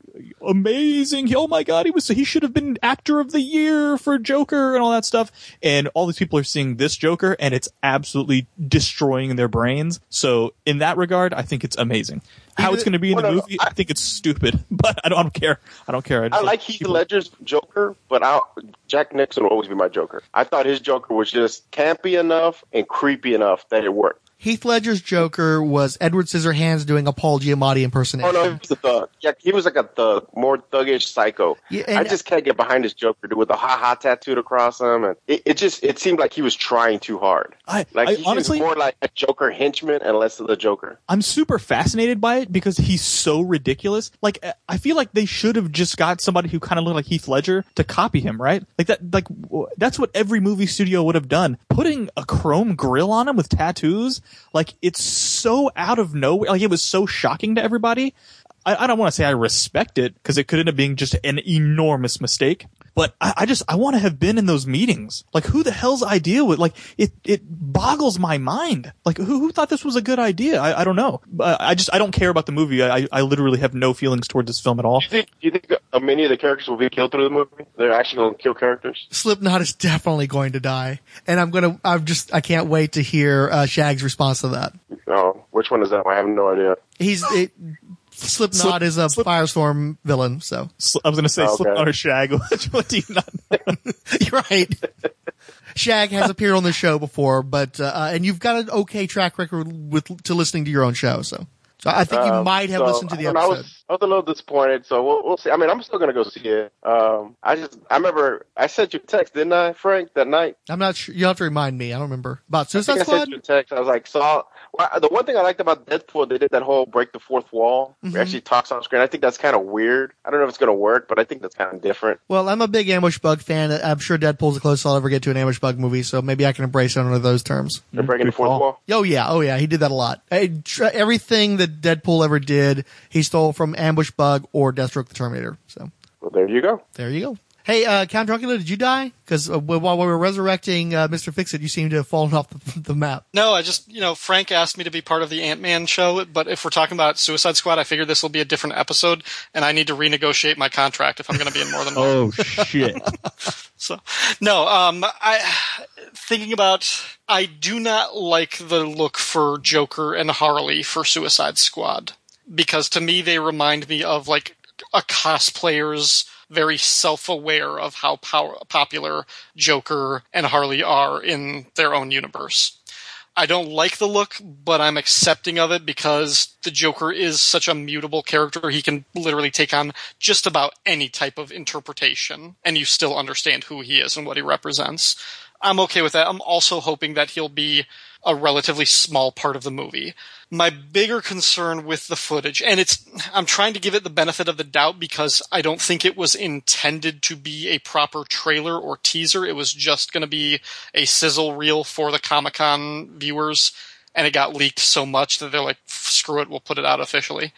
amazing. Oh my God, he was he should have been actor of the year for Joker and all that stuff. And all these people are seeing this Joker and it's absolutely destroying their brains. So in that regard, I think it's amazing. How it's going to be in the
Well, no,
movie, I think it's stupid, but I don't, I don't care. I don't care.
I
just
like Heath
people-
Ledger's Joker, but I'll, Jack Nixon will always be my Joker. I thought his Joker was just campy enough and creepy enough that it worked.
Heath Ledger's Joker was Edward Scissorhands doing a Paul Giamatti
Oh
impersonation.
no, he was a thug. Yeah, he was like a thug, more thuggish psycho.
Yeah, and-
I just can't get behind this Joker dude with a ha ha tattooed across him, and it, it just it seemed like he was trying too hard.
I-
like
I
he
honestly-
was more like a Joker henchman and less of the Joker.
I'm super fascinated by it because he's so ridiculous. Like I- I feel like they should have just got somebody who kind of looked like Heath Ledger to copy him, right? Like that like w- that's what every movie studio would have done. Putting a chrome grill on him with tattoos, like it's so out of nowhere. Like it was so shocking to everybody. I, I don't want to say I respect it because it could end up being just an enormous mistake. But I, I just I want to have been in those meetings. Like who the hell's idea would like it? It boggles my mind. Like who, who thought this was a good idea? I, I don't know. I, I just I don't care about the movie. I, I- I literally have no feelings toward this film at all.
Do you think do you think uh, many of the characters will be killed through the movie? They're actually going to kill characters.
Slipknot is definitely going to die, and I'm gonna. I'm just. I can't wait to hear uh, Shag's response to that.
Oh, which one is that? I have no idea.
He's it, Slipknot
Slip-
is a
Slip-
firestorm villain. So
Sl- I was gonna say
Okay.
Slipknot or Shag. Which one do you not?
you're right. Shag has appeared on the show before, but uh, uh, and you've got an okay track record with to listening to your own show. So, so I think you
Um,
might have
so,
listened to the
I don't know,
episode.
I was, I was a little disappointed, so we'll, we'll see. I mean, I'm still gonna go see it. Um, I just I remember I sent you a text, didn't I, Frank, that night?
I'm not sure. You have to remind me. I don't remember about
I
Suicide
think I
Squad.
sent you a text. I was like, so well, the one thing I liked about Deadpool, they did that whole break the fourth wall.
Mm-hmm.
It actually talks on screen. I think that's kind of weird. I don't know if it's gonna work, but I think that's kind of different.
Well, I'm a big Ambush Bug fan. I'm sure Deadpool's the closest I'll ever get to an Ambush Bug movie, so maybe I can embrace it under those terms.
They're breaking the
good
fourth
call.
wall.
Oh yeah, oh yeah, he did that a lot. Uh, tr- Everything that Deadpool ever did, he stole from Ambush Bug or Deathstroke the Terminator. So
Well, there you go.
there you go. Hey, uh, Count Dracula, did you die? Because uh, wh- while we were resurrecting uh, Mister Fixit, you seem to have fallen off the, the map.
No, I just, you know, Frank asked me to be part of the Ant Man show, but if we're talking about Suicide Squad, I figure this will be a different episode, and I need to renegotiate my contract if I'm going to be in more than one.
Oh shit!
So, no, um, I thinking about I do not like the look for Joker and Harley for Suicide Squad because to me they remind me of like a cosplayer's very self-aware of how power, popular Joker and Harley are in their own universe. I don't like the look, but I'm accepting of it because the Joker is such a mutable character. He can literally take on just about any type of interpretation, and you still understand who he is and what he represents. I'm okay with that. I'm also hoping that he'll be a relatively small part of the movie. My bigger concern with the footage, and it's, I'm trying to give it the benefit of the doubt because I don't think it was intended to be a proper trailer or teaser. It was just going to be a sizzle reel for the Comic Con viewers, and it got leaked so much that they're like, screw it, we'll put it out officially.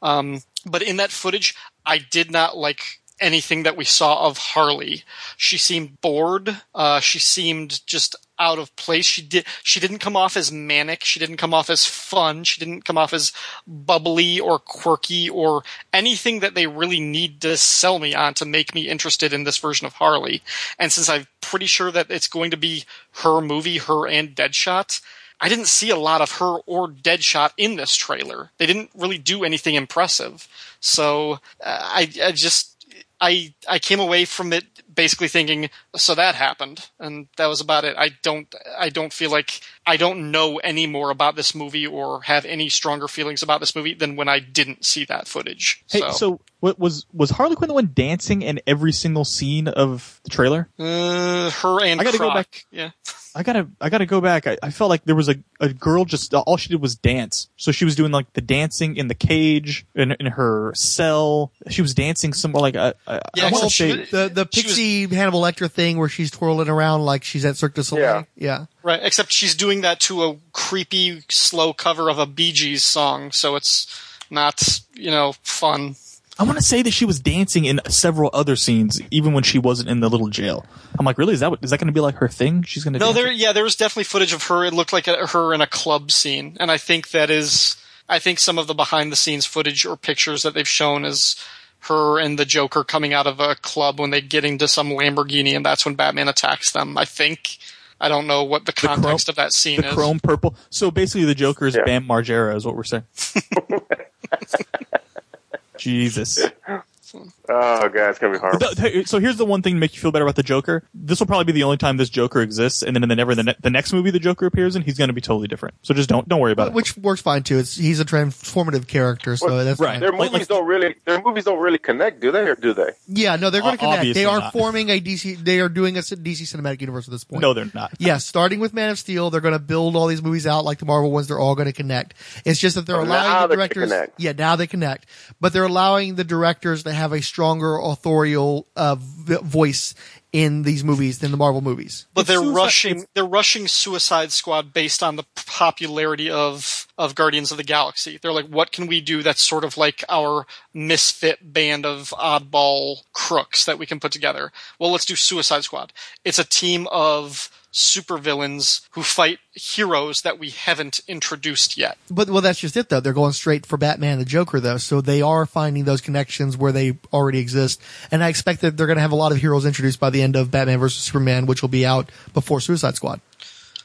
Um, but in that footage, I did not like anything that we saw of Harley. She seemed bored. Uh, she seemed just out of place. She did. She didn't come off as manic. She didn't come off as fun. She didn't come off as bubbly or quirky or anything that they really need to sell me on to make me interested in this version of Harley. And since I'm pretty sure that it's going to be her movie, her and Deadshot. I didn't see a lot of her or Deadshot in this trailer. They didn't really do anything impressive. So uh, I, I just I I came away from it basically thinking, so that happened, and that was about it. I don't I don't feel like I don't know any more about this movie or have any stronger feelings about this movie than when I didn't see that footage.
Hey, so,
so,
what was was Harley Quinn the one dancing in every single scene of the trailer?
uh, her and
I gotta go
Croc,
back-
Yeah,
I gotta I gotta go back. I, I felt like there was a, a girl just all she did was dance. So she was doing like the dancing in the cage in, in her cell. She was dancing somewhere like I I,
Yeah,
I want
well,
to
she
say
was-
The the
She was-
pixie Hannibal Lecter thing where she's twirling around like she's at Cirque du Soleil. Yeah.
right. Except she's doing that to a creepy slow cover of a Bee Gees song, so it's not you know fun.
I want to say that she was dancing in several other scenes, even when she wasn't in the little jail. I'm like, really? Is that what, is that going to be like her thing? She's going to
No,
dance?
there. Yeah, there was definitely footage of her. It looked like a, her in a club scene, and I think that is. I think some of the behind the scenes footage or pictures that they've shown is her and the Joker coming out of a club when they get into some Lamborghini, and that's when Batman attacks them. I think. I don't know what the
chrome-
context of that scene
the
is.
chrome purple. So basically, the Joker is
Yeah.
Bam Margera, is what we're saying. Jesus.
Oh god, it's gonna be horrible.
Th- th- So here's the one thing to make you feel better about the Joker. This will probably be the only time this Joker exists, and then in the never the, ne- the next movie the Joker appears in, he's going to be totally different. So just don't don't worry about it.
Uh, Which works fine too. It's he's a transformative character, so
Well,
that's
right.
fine.
Their
Like-
movies
like-
don't really their movies don't really connect, do they? Or do they?
Yeah, no, they're going
O-
to connect.
obviously
They are
not.
forming a DC. They are doing a s- DC cinematic universe at this point.
No, they're not.
Yes, starting with Man of Steel, they're going to build all these movies out like the Marvel ones. They're all going to connect. It's just that they're
Oh,
allowing
now
the
they
directors.
connect.
Yeah, now they connect, but they're allowing the directors to have a stronger authorial uh, v- voice in these movies than the Marvel movies.
but
It's
they're
suicide-
rushing.
it's-
They're rushing Suicide Squad based on the popularity of of Guardians of the Galaxy. They're like, what can we do that's sort of like our misfit band of oddball crooks that we can put together? Well, let's do Suicide Squad. It's a team of supervillains who fight heroes that we haven't introduced yet.
But well, that's just it though. They're going straight for Batman and the Joker though, so they are finding those connections where they already exist. And I expect that they're going to have a lot of heroes introduced by the end of Batman versus Superman, which will be out before Suicide Squad.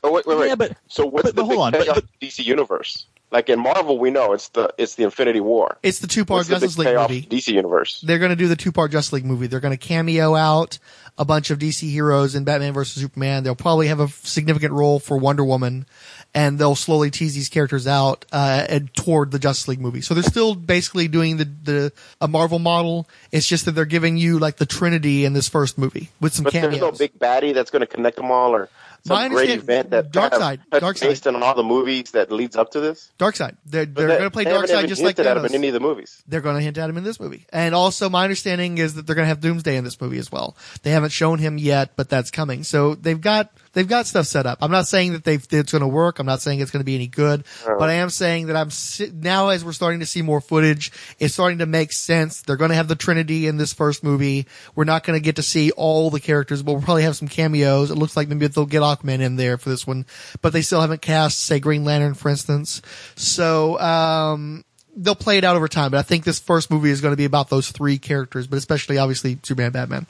Oh wait, wait, wait.
Yeah, but-
so what's
but- but
the
hold
big
on, but-
payoff
but-
of DC universe? Like in Marvel, we know it's the it's the Infinity War.
It's the two part
What's the
Justice
big
League
payoff of
movie.
DC universe?
They're going to do the two part Justice League movie. They're going to cameo out a bunch of DC heroes in Batman versus Superman. They'll probably have a significant role for Wonder Woman, and they'll slowly tease these characters out uh, and toward the Justice League movie. So they're still basically doing the the a Marvel model. It's just that they're giving you like the Trinity in this first movie with some
But
cameos.
there's no big baddie that's going to connect them all, or
My
some great event
understand-
that
Darkseid,
kind of
Darkseid.
touched based on all the movies that leads up to this.
Darkseid. They're,
But
they're
they-
going to play
they haven't
Darkseid
even
just like
hinted at him
Thanos.
in any of the movies.
they're going to hint at him in this movie. And also, my understanding is that they're going to have Doomsday in this movie as well. They haven't shown him yet, but that's coming. So they've got they've got stuff set up. I'm not saying that they that it's going to work. I'm not saying it's going to be any good, but I am saying that I'm si- now as we're starting to see more footage, it's starting to make sense. They're going to have the Trinity in this first movie. We're not going to get to see all the characters, but we'll probably have some cameos. It looks like maybe they'll get Aquaman in there for this one, but they still haven't cast say Green Lantern for instance. So. um they'll play it out over time, but I think this first movie is going to be about those three characters, but especially obviously Superman, Batman.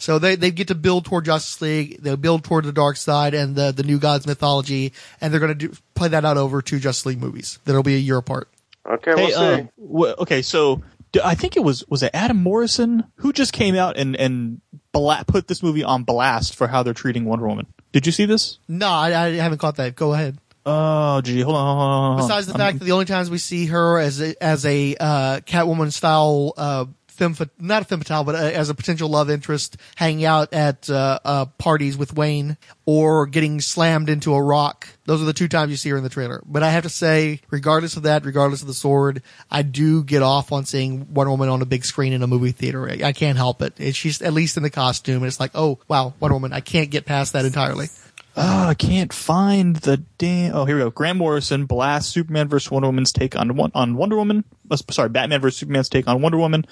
So they, they get to build toward Justice League, they'll build toward the dark side and the, the new gods mythology, and they're going to do, play that out over two Justice League movies that'll be a year apart.
Okay,
Hey,
we'll see.
um, wh- okay, so d- I think it was was it Adam Morrison who just came out and and bla- put this movie on blast for how they're treating Wonder Woman. Did you see this?
No, I, I haven't caught that. Go ahead.
Oh, gee, hold on. Hold on, hold on.
Besides the
I'm-
fact that the only times we see her as a, as a uh, Catwoman style uh, femme, fa- not a femme fatale, but uh as a potential love interest, hanging out at uh, uh, parties with Wayne or getting slammed into a rock. Those are the two times you see her in the trailer. But I have to say, regardless of that, regardless of the sword, I do get off on seeing Wonder Woman on a big screen in a movie theater. I, I can't help it. It's she's at least in the costume, and it's like, oh wow, Wonder Woman. I can't get past that entirely.
Oh, I can't find the damn. Oh, here we go. Grant Morrison blasts Superman versus Wonder Woman's take on Won- on Wonder Woman. Uh, sorry, Batman versus Superman's take on Wonder Woman.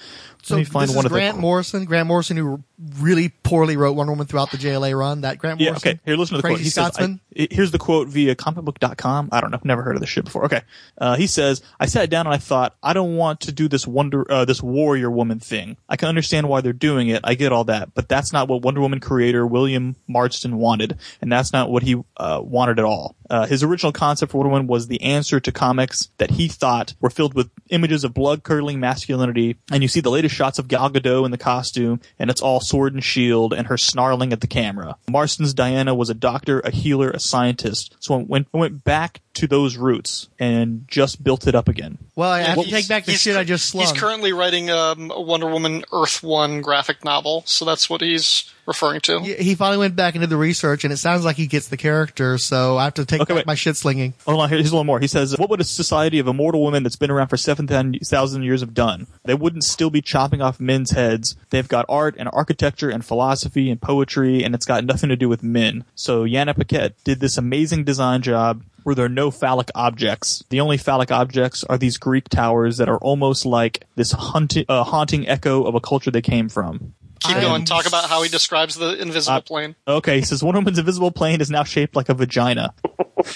So
Let me find
this
one
is
of the
Grant Morrison. Grant Morrison, who really poorly wrote Wonder Woman throughout the JLA run. That Grant
Yeah,
Morrison.
okay. Here, listen to the
Crazy
quote. He
Scotsman.
says, I, here's the quote via comicbook.com. I don't know. Never heard of this shit before. Okay. Uh, he says, I sat down and I thought, I don't want to do this wonder, uh, this warrior woman thing. I can understand why they're doing it. I get all that, but that's not what Wonder Woman creator William Marston wanted. And that's not what he, uh, wanted at all. Uh, his original concept for Wonder Woman was the answer to comics that he thought were filled with images of blood curdling masculinity. And you see the latest shots of Gal Gadot in the costume, and it's all sword and shield and her snarling at the camera. Marston's Diana was a doctor, a healer, a scientist. So I went, I went back to those roots and just built it up again.
Well, I have to
He's-
take back the
he's
shit
cur-
I just slung.
He's currently writing um, a Wonder Woman Earth One graphic novel, so that's what he's referring to.
he he finally went back and did the research, and it sounds like he gets the character. So I have to take
Okay,
back
wait.
my shit slinging.
Hold on, here- Oh, here's a little more. He says, "What would a society of immortal women that's been around for seven thousand years have done? They wouldn't still be chopping off men's heads. They've got art and architecture and philosophy and poetry, and it's got nothing to do with men." So Yana Paquette did this amazing design job where there are no phallic objects. The only phallic objects are these Greek towers that are almost like this haunti- uh, haunting echo of a culture they came from.
Keep
I
going.
am-
Talk about how he describes the invisible
Uh,
plane.
Okay, he says Wonder Woman's invisible plane is now shaped like a vagina.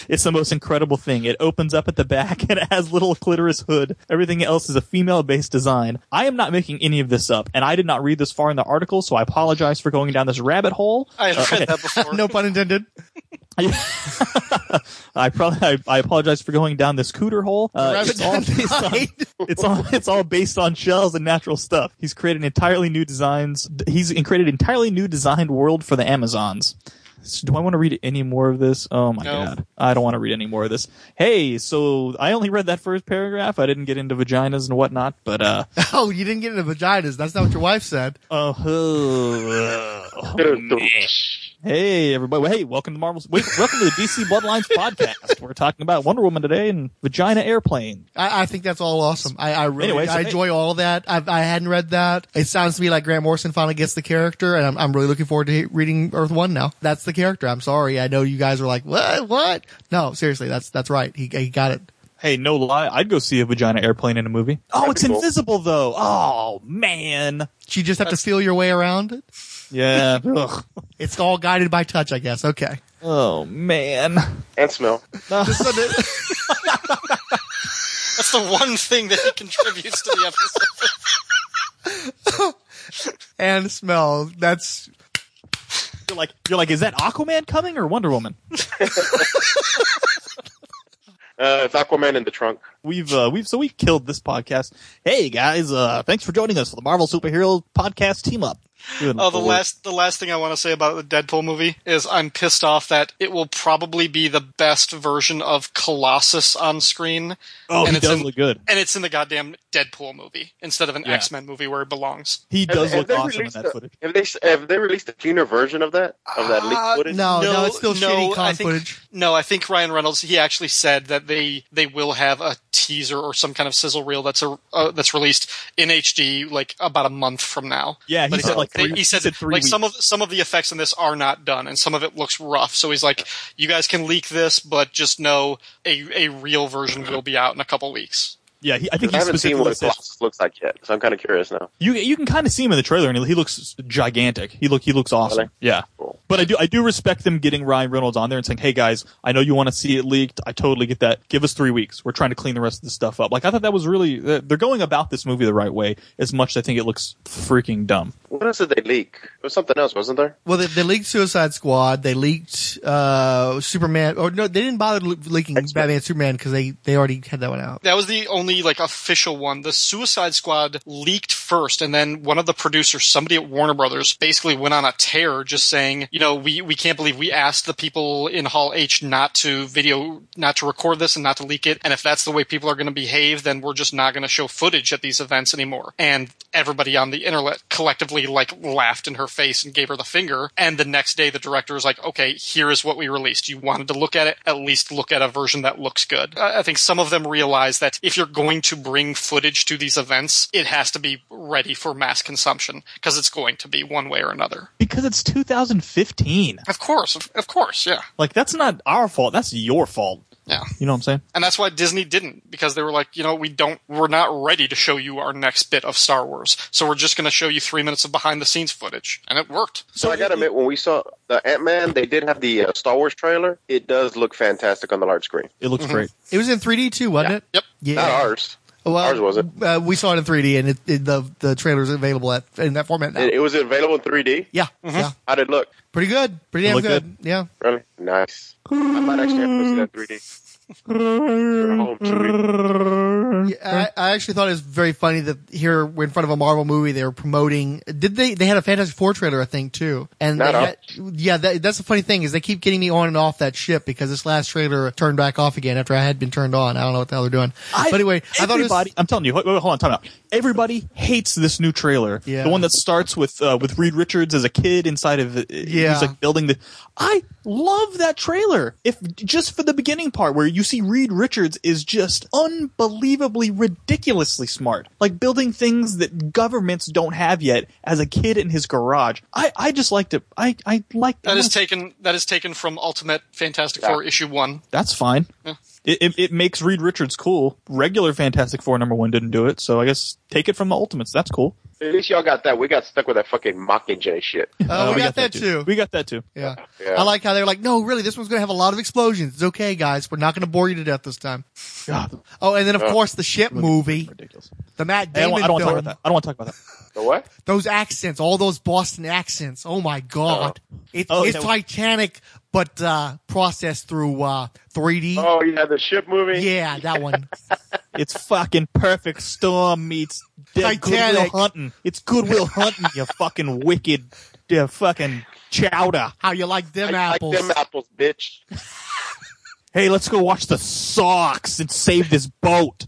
It's the most incredible thing. It opens up at the back and it has little clitoris hood. Everything else is a female-based design. I am not making any of this up, and I did not read this far in the article, so I apologize for going down this rabbit hole.
I had
Uh,
read
okay.
that before.
No pun intended.
I probably I, I apologize for going down this cooter hole. Uh,
Rabbit
it's all based on
died.
it's all it's all based on shells and natural stuff. He's created entirely new designs. He's created entirely new designed world for the Amazons. So do I want to read any more of this? Oh my
No.
god, I don't want to read any more of this. Hey, so I only read that first paragraph. I didn't get into vaginas and whatnot, but uh,
Oh, you didn't get into vaginas. That's not what your wife said.
oh, oh, oh, man. Hey everybody! Hey, welcome to Marvel's. Wait, welcome to the DC Bloodlines podcast. We're talking about Wonder Woman today and vagina airplane.
I, I think that's all awesome. I, I really,
Anyway, so
I
hey.
enjoy all that. I've, I hadn't read that. It sounds to me like Grant Morrison finally gets the character, and I'm, I'm really looking forward to he- reading Earth One now. That's the character. I'm sorry. I know you guys are like, what, what? No, seriously, that's that's right. He, he got it.
Hey, no lie, I'd go see a vagina airplane in a movie. Oh,
That'd
it's
be cool.
invisible though. Oh man.
You just have to feel your way around it.
Yeah. Ugh.
It's all guided by touch, I guess. Okay.
Oh man.
and smell.
That's the one thing that he contributes to the episode.
And smell. That's
You're like, you're like, is that Aquaman coming or Wonder Woman?
Uh, it's Aquaman in the trunk.
We've uh, we've so we killed this podcast. Hey guys, uh, thanks for joining us for the Marvel superhero podcast team up. Good
Oh, the
lord.
last the last thing I want to say about the Deadpool movie is I'm pissed off that it will probably be the best version of Colossus on screen,
Oh,
and
he
it's
does
in-
look good.
and it's in the goddamn Deadpool movie instead of an
Yeah.
X Men movie where it belongs.
He
Have-
does
have
look
they
awesome in
released
that
the-
footage.
Have they s- have they released a cleaner version of that of that leaked footage?
Uh, no, no, it's still shitty con
I think,
footage.
No, I think Ryan Reynolds he actually said that they they will have a teaser or some kind of sizzle reel that's a uh, that's released in HD like about a month from now.
Yeah, he
But
said like
they-
three-
he said,
three
like some
weeks.
of some of the effects in this are not done and some of it looks rough. So he's like, you guys can leak this, but just know a a real version will be out in a couple weeks.
yeah. He, I think
I
he
haven't seen
specifically
what
said
Colossus looks like yet, so I'm kind of curious now.
You you can kind of see him in the trailer, and he, he looks gigantic. He look he looks awesome.
Really?
Yeah,
Cool.
but I do I do respect them getting Ryan Reynolds on there and saying, "Hey guys, I know you want to see it leaked. I totally get that. Give us three weeks. We're trying to clean the rest of this stuff up." Like I thought that was really they're they're going about this movie the right way. As much as I think it looks freaking dumb.
What else did they leak? There was something else, wasn't there?
Well, they, they leaked Suicide Squad. They leaked Oh, uh, Superman. Or no, they didn't bother le- leaking Batman Superman because they they already had that one out.
That was the only only like official one. The Suicide Squad leaked first, and then one of the producers, somebody at Warner Brothers, basically went on a tear, just saying, you know, we we can't believe we asked the people in Hall H not to video, not to record this, and not to leak it. And if that's the way people are going to behave, then we're just not going to show footage at these events anymore. And everybody on the internet collectively like laughed in her face and gave her the finger. And the next day, the director was like, okay, here is what we released. You wanted to look at it, at least look at a version that looks good. I I think some of them realize that if you're going to bring footage to these events, it has to be ready for mass consumption because it's going to be one way or another.
because it's 2015.
Of course, of, of course, yeah,
Like that's not our fault. That's your fault.
yeah.
You know what I'm saying?
And that's why Disney didn't, because they were like, you know, we don't, we're not ready to show you our next bit of Star Wars. So we're just going to show you three minutes of behind the scenes footage. And it worked.
So I gotta admit, when we saw the Ant Man, they did have the uh, Star Wars trailer. It does look fantastic on the large screen.
It looks great.
It was in 3D too, wasn't it?
Yep.
Yeah.
Not ours.
Well,
Ours wasn't.
Uh, we saw it in 3D, and it, it, the the trailer's available at in that format now.
It, it was available in 3D.
yeah, yeah,
How did it look?
pretty good, pretty damn
looked
good.
good.
Yeah,
Really nice. I might actually have to see that 3D. You're home, Chewie.
Yeah, I, I actually thought it was very funny that here we're in front of a Marvel movie. They were promoting. Did they? They had a Fantastic Four trailer, I think, too. And they
Not
had, yeah, that, that's the funny thing is they keep getting me on and off that ship because this last trailer turned back off again after I had been turned on. I don't know what the hell they're doing. but anyway, I thought it was,
everybody. I'm telling you. Hold, hold on, time out. Everybody hates this new trailer.
Yeah.
The one that starts with uh, with Reed Richards as a kid inside of.
Yeah.
He's like building the. I love that trailer. If just for the beginning part where you see Reed Richards is just unbelievably ridiculously smart, like building things that governments don't have yet as a kid in his garage. I I just liked it. I I liked
That is taken, that is taken from Ultimate Fantastic Four issue one.
That's fine. It, it, it makes Reed Richards cool. Regular Fantastic Four number one didn't do it, so I guess take it from the Ultimates. That's cool.
At least y'all got that. We got stuck with that fucking Mockingjay shit.
Oh, we, got, that too.
Uh, We got that too.
Yeah.
Yeah.
I like how they're like, no, really, this one's going to have a lot of explosions. It's okay, guys. We're not going to bore you to death this time.
God,
Oh, and then, of course, the ship movie,
ridiculous.
the Matt
I don't,
Damon
want- I don't want to
film.
talk about that. I don't want to talk about that.
The what?
Those accents, all those Boston accents. Oh, my God.
Uh-huh.
It,
Oh,
it's
yeah.
Titanic, but uh, processed through uh, 3D.
Oh, you had the ship movie.
Yeah, that one.
It's fucking perfect storm meets dead Goodwill
Titanic.
hunting. It's Goodwill hunting. You fucking wicked, you fucking chowder.
How you like them
I
apples?
Like them apples, bitch.
Hey, let's go watch the socks and save this boat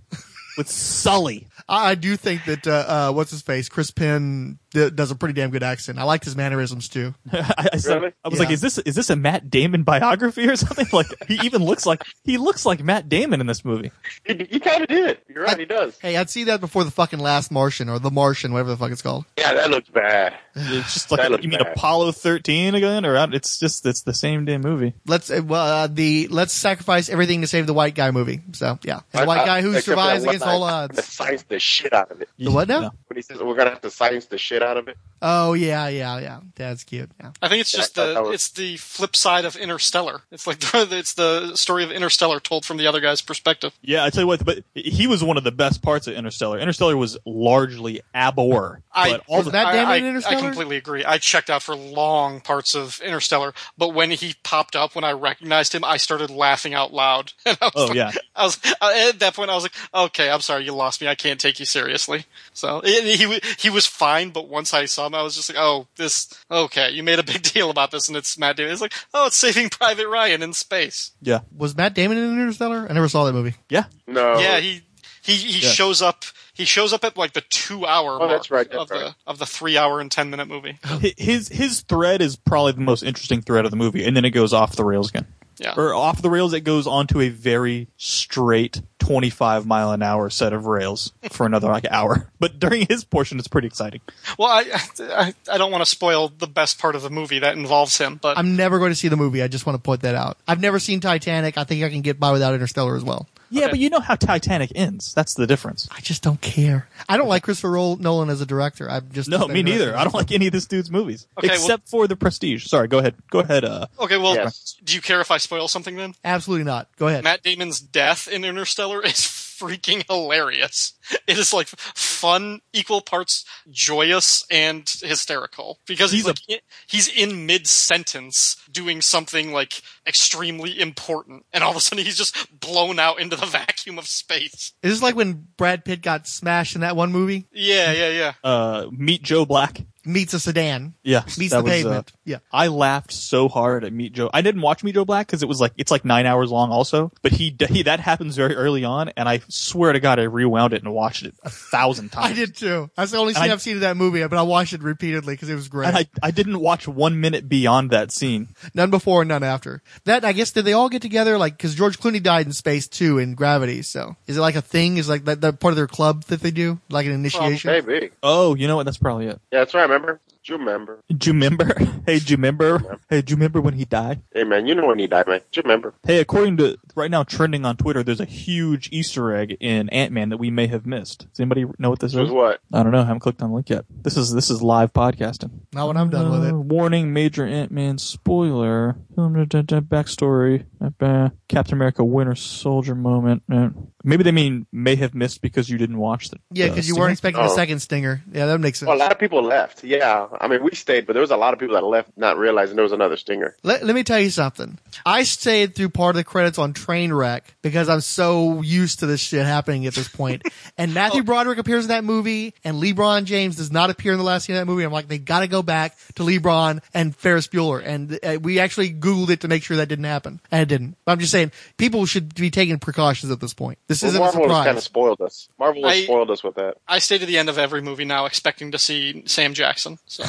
with Sully.
I, I do think that uh, uh, what's his face, Chris Penn, d- does a pretty damn good accent. I liked his mannerisms too.
I, I, said-
Really?
I was
Yeah.
like, is this is this a Matt Damon biography or something? Like he even looks like he looks like Matt Damon in this movie.
He, he kind of did. You're right. He does.
Hey, I'd see that before the fucking Last Martian or the Martian, whatever the fuck it's called.
Yeah, that looks bad.
It's just like
That looks
you mean
bad.
Apollo thirteen again, or I- it's just it's the same damn movie.
let's uh, well uh, the let's sacrifice everything to save the white guy movie. So yeah, the white guy who
Except for that
survives
one
against all
line. I'm gonna
odds.
Science the shit out of it.
The what now?
No.
When he says we're gonna have to science the shit out of it.
Oh yeah, yeah, yeah. That's cute. Yeah.
I think it's just
Yeah, that-
the,
that was-
it's the flip side of Interstellar. It's like, the, it's the story of Interstellar told from the other guy's perspective.
Yeah, I tell you what, but he was one of the best parts of Interstellar. Interstellar was largely abhor,
I-
but all
Was
the
Matt
I-
Damon
I,
in Interstellar?
I completely agree. I checked out for long parts of Interstellar, but when he popped up, when I recognized him, I started laughing out loud. And I was
oh
like-
yeah,
I was I- at that point. I was like, "Okay, I'm sorry, you lost me. I can't take you seriously." So and he wa- he was fine, but once I saw him, I was just like, "Oh, this okay." You made a big deal about this, and it's Matt Damon. It's like, "Oh, it's Saving Private Ryan in space."
yeah,
Was Matt Damon in Interstellar? I never saw that movie.
yeah.
No.
Yeah, he he he
Yeah.
shows up. He shows up at like the two hour
Oh,
mark
that's right, that's
of
right.
the of the three hour and ten minute movie.
Hi- His his thread is probably the most interesting thread of the movie, and then it goes off the rails again.
Yeah.
or off the rails, it goes onto a very straight twenty five mile an hour set of rails for another like hour. But during his portion, it's pretty exciting.
Well, I, I I don't want to spoil the best part of the movie that involves him, but
I'm never going to see the movie. I just want to point that out. I've never seen Titanic. I think I can get by without Interstellar as well.
Yeah, but you know how Titanic ends. That's the difference.
I just don't care. I don't like Christopher Rol- Nolan as a director. I'm just
No, me neither. I don't like any of this dude's movies
Okay, well-
except for The Prestige. Sorry, go ahead. Go ahead. Uh,
okay. Well,
Yes.
do you care if I spoil something then?
Absolutely not. Go ahead.
Matt Damon's death in Interstellar is freaking hilarious. It is like fun, equal parts joyous and hysterical because he's
He's a-
like, i- he's in mid sentence doing something like extremely important, and all of a sudden he's just blown out into the vacuum of space.
Is this like when Brad Pitt got smashed in that one movie?
Yeah, yeah, yeah.
Uh, meet Joe Black.
Meets a sedan.
Yeah,
Meets
that
the
was, uh,
pavement. yeah.
I laughed so hard at Meet Joe. I didn't watch Meet Joe Black because it was like it's like nine hours long, also. But he, he that happens very early on, and I swear to God, I rewound it and watched it a thousand times.
I did too. That's the only
And
scene I,
I-
have seen of that movie, but I watched it repeatedly because it was great.
and I, I didn't watch one minute beyond that scene.
none before and none after. That I guess did they all get together? Like because George Clooney died in space too in Gravity. So is it like a thing? Is like that, that part of their club that they do like an initiation?
Maybe.
Oh, you know what? That's probably it.
Yeah, that's right. Remember? Do you remember?
Do you remember? Hey, do you remember? Hey, do you remember when he died?
Hey, man, you know when he died, man. Do you remember?
Hey, according to right now trending on Twitter, there's a huge Easter egg in Ant Man that we may have missed. Does anybody know what this
It
is?
was what?
I don't know. I haven't clicked on the link yet. This is this is live podcasting.
Not when I'm done with it.
Uh, Warning: Major Ant-Man spoiler. Film da- da- da- Backstory: Uh, bah. Captain America Winter Soldier moment. Uh, Maybe they mean may have missed because you didn't watch the.
Yeah,
the
because you weren't
scene.
expecting the
Oh.
second stinger. Yeah, that makes sense.
Well, a lot of people left. Yeah, I mean, we stayed, but there was a lot of people that left, not realizing there was another stinger.
Let, let me tell you something. I stayed through part of the credits on Trainwreck because I'm so used to this shit happening at this point. and Matthew Broderick appears in that movie, and LeBron James does not appear in the last scene of that movie. I'm like, they got to go back to LeBron and Ferris Bueller. And uh, we actually Googled it to make sure that didn't happen, and it didn't. But I'm just saying, people should be taking precautions at this point. This
Well,
isn't
Marvel
a
has
surprise.
kind of spoiled us. Marvel has
I-
spoiled us with that.
I stay to the end of every movie now, expecting to see Sam Jackson. So,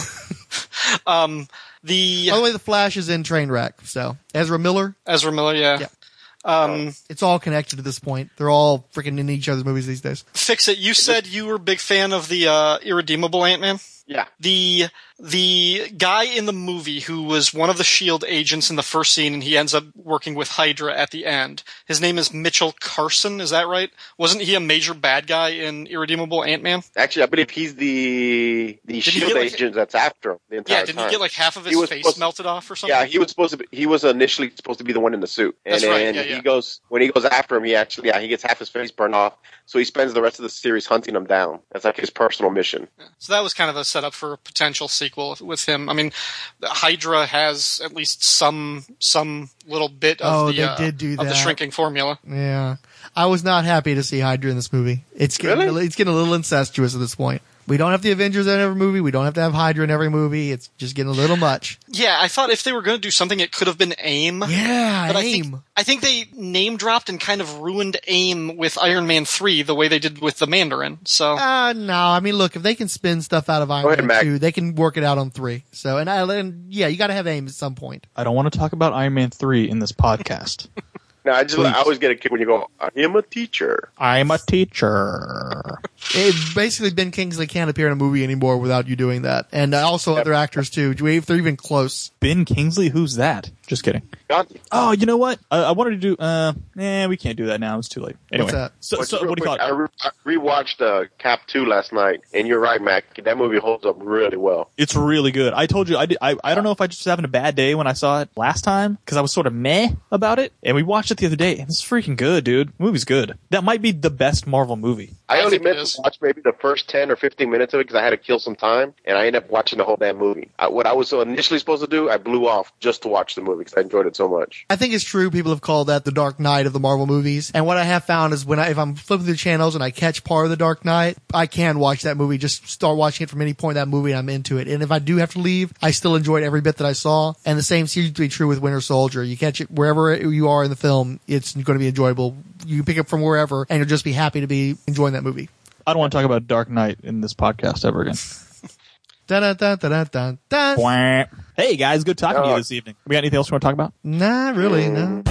um, the
By the way, the Flash is in Trainwreck, so Ezra Miller.
Ezra Miller, yeah.
Yeah.
Um,
It's all connected to this point. They're all freaking in each other's movies these days.
fix it. You said you were a big fan of the uh, irredeemable Ant Man.
Yeah,
The the guy in the movie who was one of the Shield E agents in the first scene, and he ends up working with Hydra at the end. His name is Mitchell Carson. Is that right? Wasn't he a major bad guy in Irredeemable Ant Man?
actually, I believe he's the the
he
shield
get, like,
agent that's after him the entire
Yeah, didn't
time.
he get like half of
He
his
was
face
supposed-
melted off or something?
yeah, he was supposed to. Be, he was initially supposed to be the one in the suit, and
That's right,
then
yeah, yeah.
he goes when he goes after him. He actually, yeah, he gets half his face burned off. So he spends the rest of the series hunting him down. That's like his personal mission.
So that was kind of a setup for a potential sequel with him. I mean, Hydra has at least some some little bit of
Oh,
the
they
uh,
did do
of the
that.
shrinking formula.
Yeah, I was not happy to see Hydra in this movie. It's getting
Really?
it's getting a little incestuous at this point. We don't have the Avengers in every movie. We don't have to have Hydra in every movie. It's just getting a little much.
Yeah, I thought if they were going to do something, it could have been AIM.
Yeah,
But I think,
aim.
I think they name dropped and kind of ruined AIM with Iron Man 3 the way they did with the Mandarin. So,
Uh, no, I mean, look, if they can spin stuff out of Iron
ahead,
Man
Mac.
two, they can work it out on three. So, and I, and yeah, you got to have aim at some point.
I don't want to talk about Iron Man three in this podcast.
Now, I just
Please.
I always get a kick when you go. I'm a teacher.
I'm a teacher.
It, basically, Ben Kingsley can't appear in a movie anymore without you doing that, and uh, also other actors too. Do we- If they're even close,
Ben Kingsley, who's that? Just kidding.
God,
Oh, you know what? I, I wanted to do. Uh, eh, we can't do that now. It's too late. Anyway,
that?
so,
But
so
real
what do you
quick,
call it?
I, re- I rewatched uh, Cap Two last night, and you're right, Mac. That movie holds up really well.
It's really good. I told you, I, did, I, I don't know if I just was having a bad day when I saw it last time because I was sort of meh about it. And we watched it the other day and it's freaking good, dude. movie's good. That might be the best Marvel movie.
I,
I
only
think it
meant
is.
to watch maybe the first ten or fifteen minutes of it because I had to kill some time, and I ended up watching the whole damn movie. I, what I was so initially supposed to do, I blew off just to watch the movie because I enjoyed it so much.
I think it's true. People have called that the Dark Knight of the Marvel movies. And what I have found is when I, if I'm flipping through channels and I catch part of the Dark Knight, I can watch that movie. Just start watching it from any point in that movie and I'm into it. And if I do have to leave, I still enjoyed every bit that I saw. And the same seems to be true with Winter Soldier. You catch it wherever you are in the film, it's going to be enjoyable. You can pick up from wherever and you'll just be happy to be enjoying that movie.
I don't want to talk about Dark Knight in this podcast ever again.
Dun, dun, dun, dun, dun, dun, dun.
Quack. hey guys, good talking
Uh,
to you this evening. We got anything else you want to talk about?
Nah, really, no.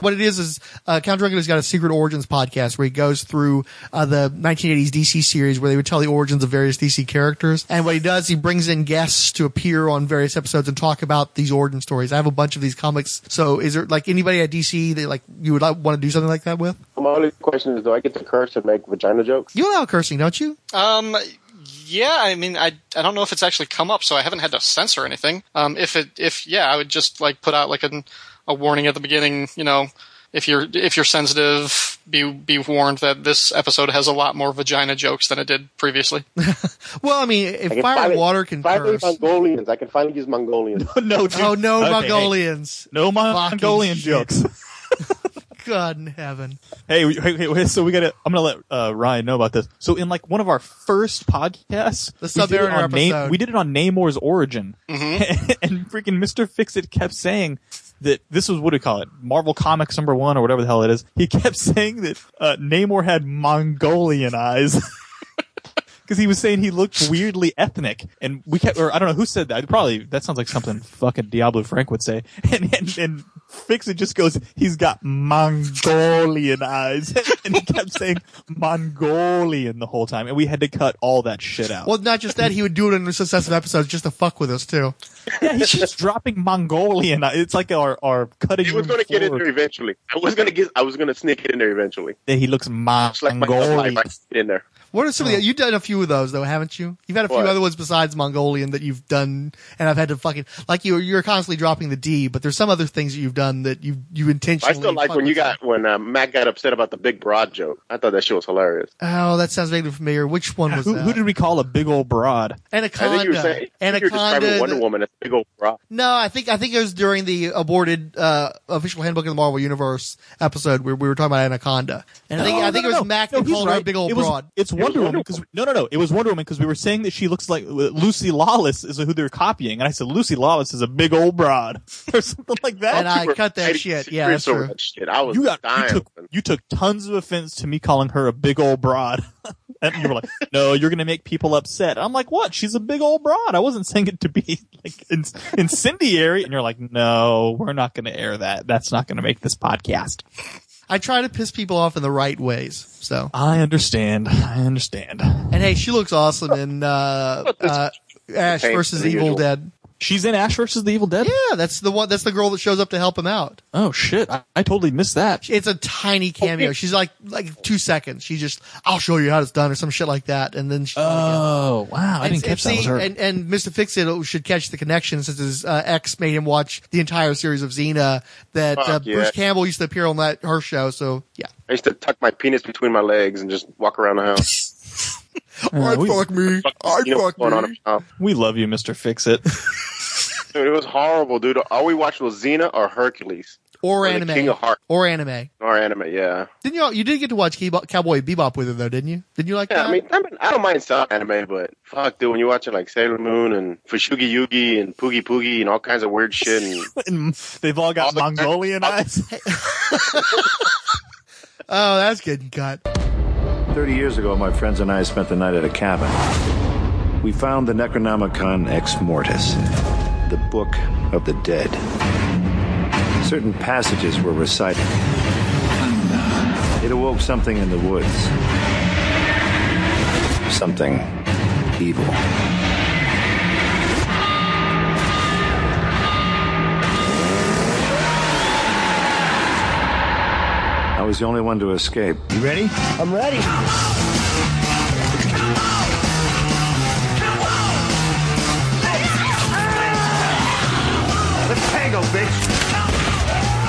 What it is is uh, Count Dracula's got a Secret Origins podcast where he goes through uh, the 1980s DC series where they would tell the origins of various DC characters. And what he does, he brings in guests to appear on various episodes and talk about these origin stories. I have a bunch of these comics. So is there like anybody at DC that like you would like, want to do something like that with?
My only question is, do I get the curse to make vagina jokes?
You allow cursing, don't you?
Um, yeah, I mean, I, I don't know if it's actually come up, so I haven't had to censor anything. Um, if it if yeah, I would just like put out like an, a warning at the beginning. You know, if you're if you're sensitive, be be warned that this episode has a lot more vagina jokes than it did previously.
Well, I mean, if
I can
fire and
finally-
water can
finally
curse.
Mongolians. I can finally use Mongolians.
no, dude.
Oh no,
Okay, hey.
Mongolians!
No Mon-
Fucking
Mongolian
shit.
jokes.
God in heaven!
Hey, we- hey, hey, wait, so we gotta. I'm gonna let uh, Ryan know about this. So in like one of our first podcasts,
The
we did it
Sub-Mariner
on
episode. Mm-hmm.
we did it on Namor's origin, and freaking Mister Fixit kept saying that this was what do you call it? Marvel Comics number one or whatever the hell it is. He kept saying that uh, Namor had Mongolian eyes. Because he was saying he looked weirdly ethnic, and we kept, or I don't know who said that. Probably that sounds like something fucking Diablo Frank would say. And and, and Fix it just goes, he's got Mongolian eyes, and he kept saying Mongolian the whole time, and we had to cut all that shit out.
Well, not just that, he would do it in successive episodes just to fuck with us too.
yeah, he's just dropping Mongolian. eye- It's like our our cutting.
He was
room
going to get in
floor
there eventually. I was going to get. I was going to sneak it in there eventually.
That he looks
Just like my whole life,
Mongolian.
I sneak it in there.
What are some of the? You've done a few of those though, haven't you? You've had a few
Oh. What?
other ones besides Mongolian that you've done, and I've had to fucking like you. You're constantly dropping the D, but there's some other things that you've done that you you
I
intentionally.
still like
fuck
when you
with us.
got when uh, Matt got upset about the big broad joke. I thought that shit was hilarious.
Oh, that sounds vaguely familiar. Which one was
Who,
that?
who did we call a big old broad?
I
Anaconda.
think you were saying I think you were
Anaconda.
describing Wonder Woman as a big old broad.
No, I think I think it was during the aborted uh, official handbook of the Marvel Universe episode where we were talking about Anaconda, and I think
No,
I think
no,
it was
no.
Mac
No,
that
he's
called her a
right.
big old
it was,
broad.
It's Wonder
was
Woman because no, no, no. It was Wonder Woman because we were saying that she looks like uh, Lucy Lawless is who they're copying, and I said Lucy Lawless is a big old broad or something like that.
And I
You were
cut that
hating
shit.
Secret
Yeah, that's
so
true.
much shit. I was
you got you
dying.
took, you took tons of offense to me calling her a big old broad, and you were like, "No, you're going to make people upset." I'm like, "What? She's a big old broad." I wasn't saying it to be like in, incendiary, and you're like, "No, we're not going to air that. That's not going to make this podcast."
I try to piss people off in the right ways. So,
I understand. I understand.
and hey, she looks awesome in uh, uh, Ash
Same
versus
as
Evil
usual.
Dead.
She's in Ash versus the Evil Dead.
Yeah, that's the one. That's the girl that shows up to help him out.
Oh shit! I, I totally missed that.
It's a tiny
Oh,
cameo. She's like like two seconds. She just I'll show you how it's done or some shit like that, and then she.
Oh wow! I
and,
didn't catch that
and
was
see,
her.
And, and Mr. Fixit should catch the connection since his uh, ex made him watch the entire series of Xena that uh,
Fuck, yeah.
Bruce Campbell used to appear on that her show. So yeah,
I used to tuck my penis between my legs and just walk around the house.
I'd
we-
fuck me, I'd
You know what's
fuck
going on
me.
in my house.
we love you, Mister Fix It.
Dude, it was horrible, dude. All we watched was Xena or Hercules
Or
Or the
anime,
King of Hearts.
or anime.
or anime. Yeah,
Didn't you? You did get to watch Kebo- Cowboy Bebop with her though, didn't you? Didn't you like
yeah.
that?
I mean, I, mean, I don't mind some anime, but fuck, dude, when you're watching like Sailor Moon and Fushugi Yugi and Poogie Poogie and all kinds of weird shit, and
And they've all got
All the-
Mongolian eyes.
oh, that's getting cut.
30 years ago, my friends and I spent the night at a cabin. We found the Necronomicon Ex Mortis, the Book of the Dead. Certain passages were recited. It awoke something in the woods. Something evil. I was the only one to escape. You ready?
I'm ready.
Let's tango, bitch.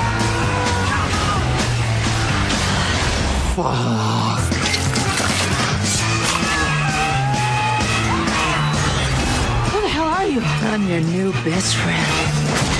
Who the hell are you? I'm your new best friend.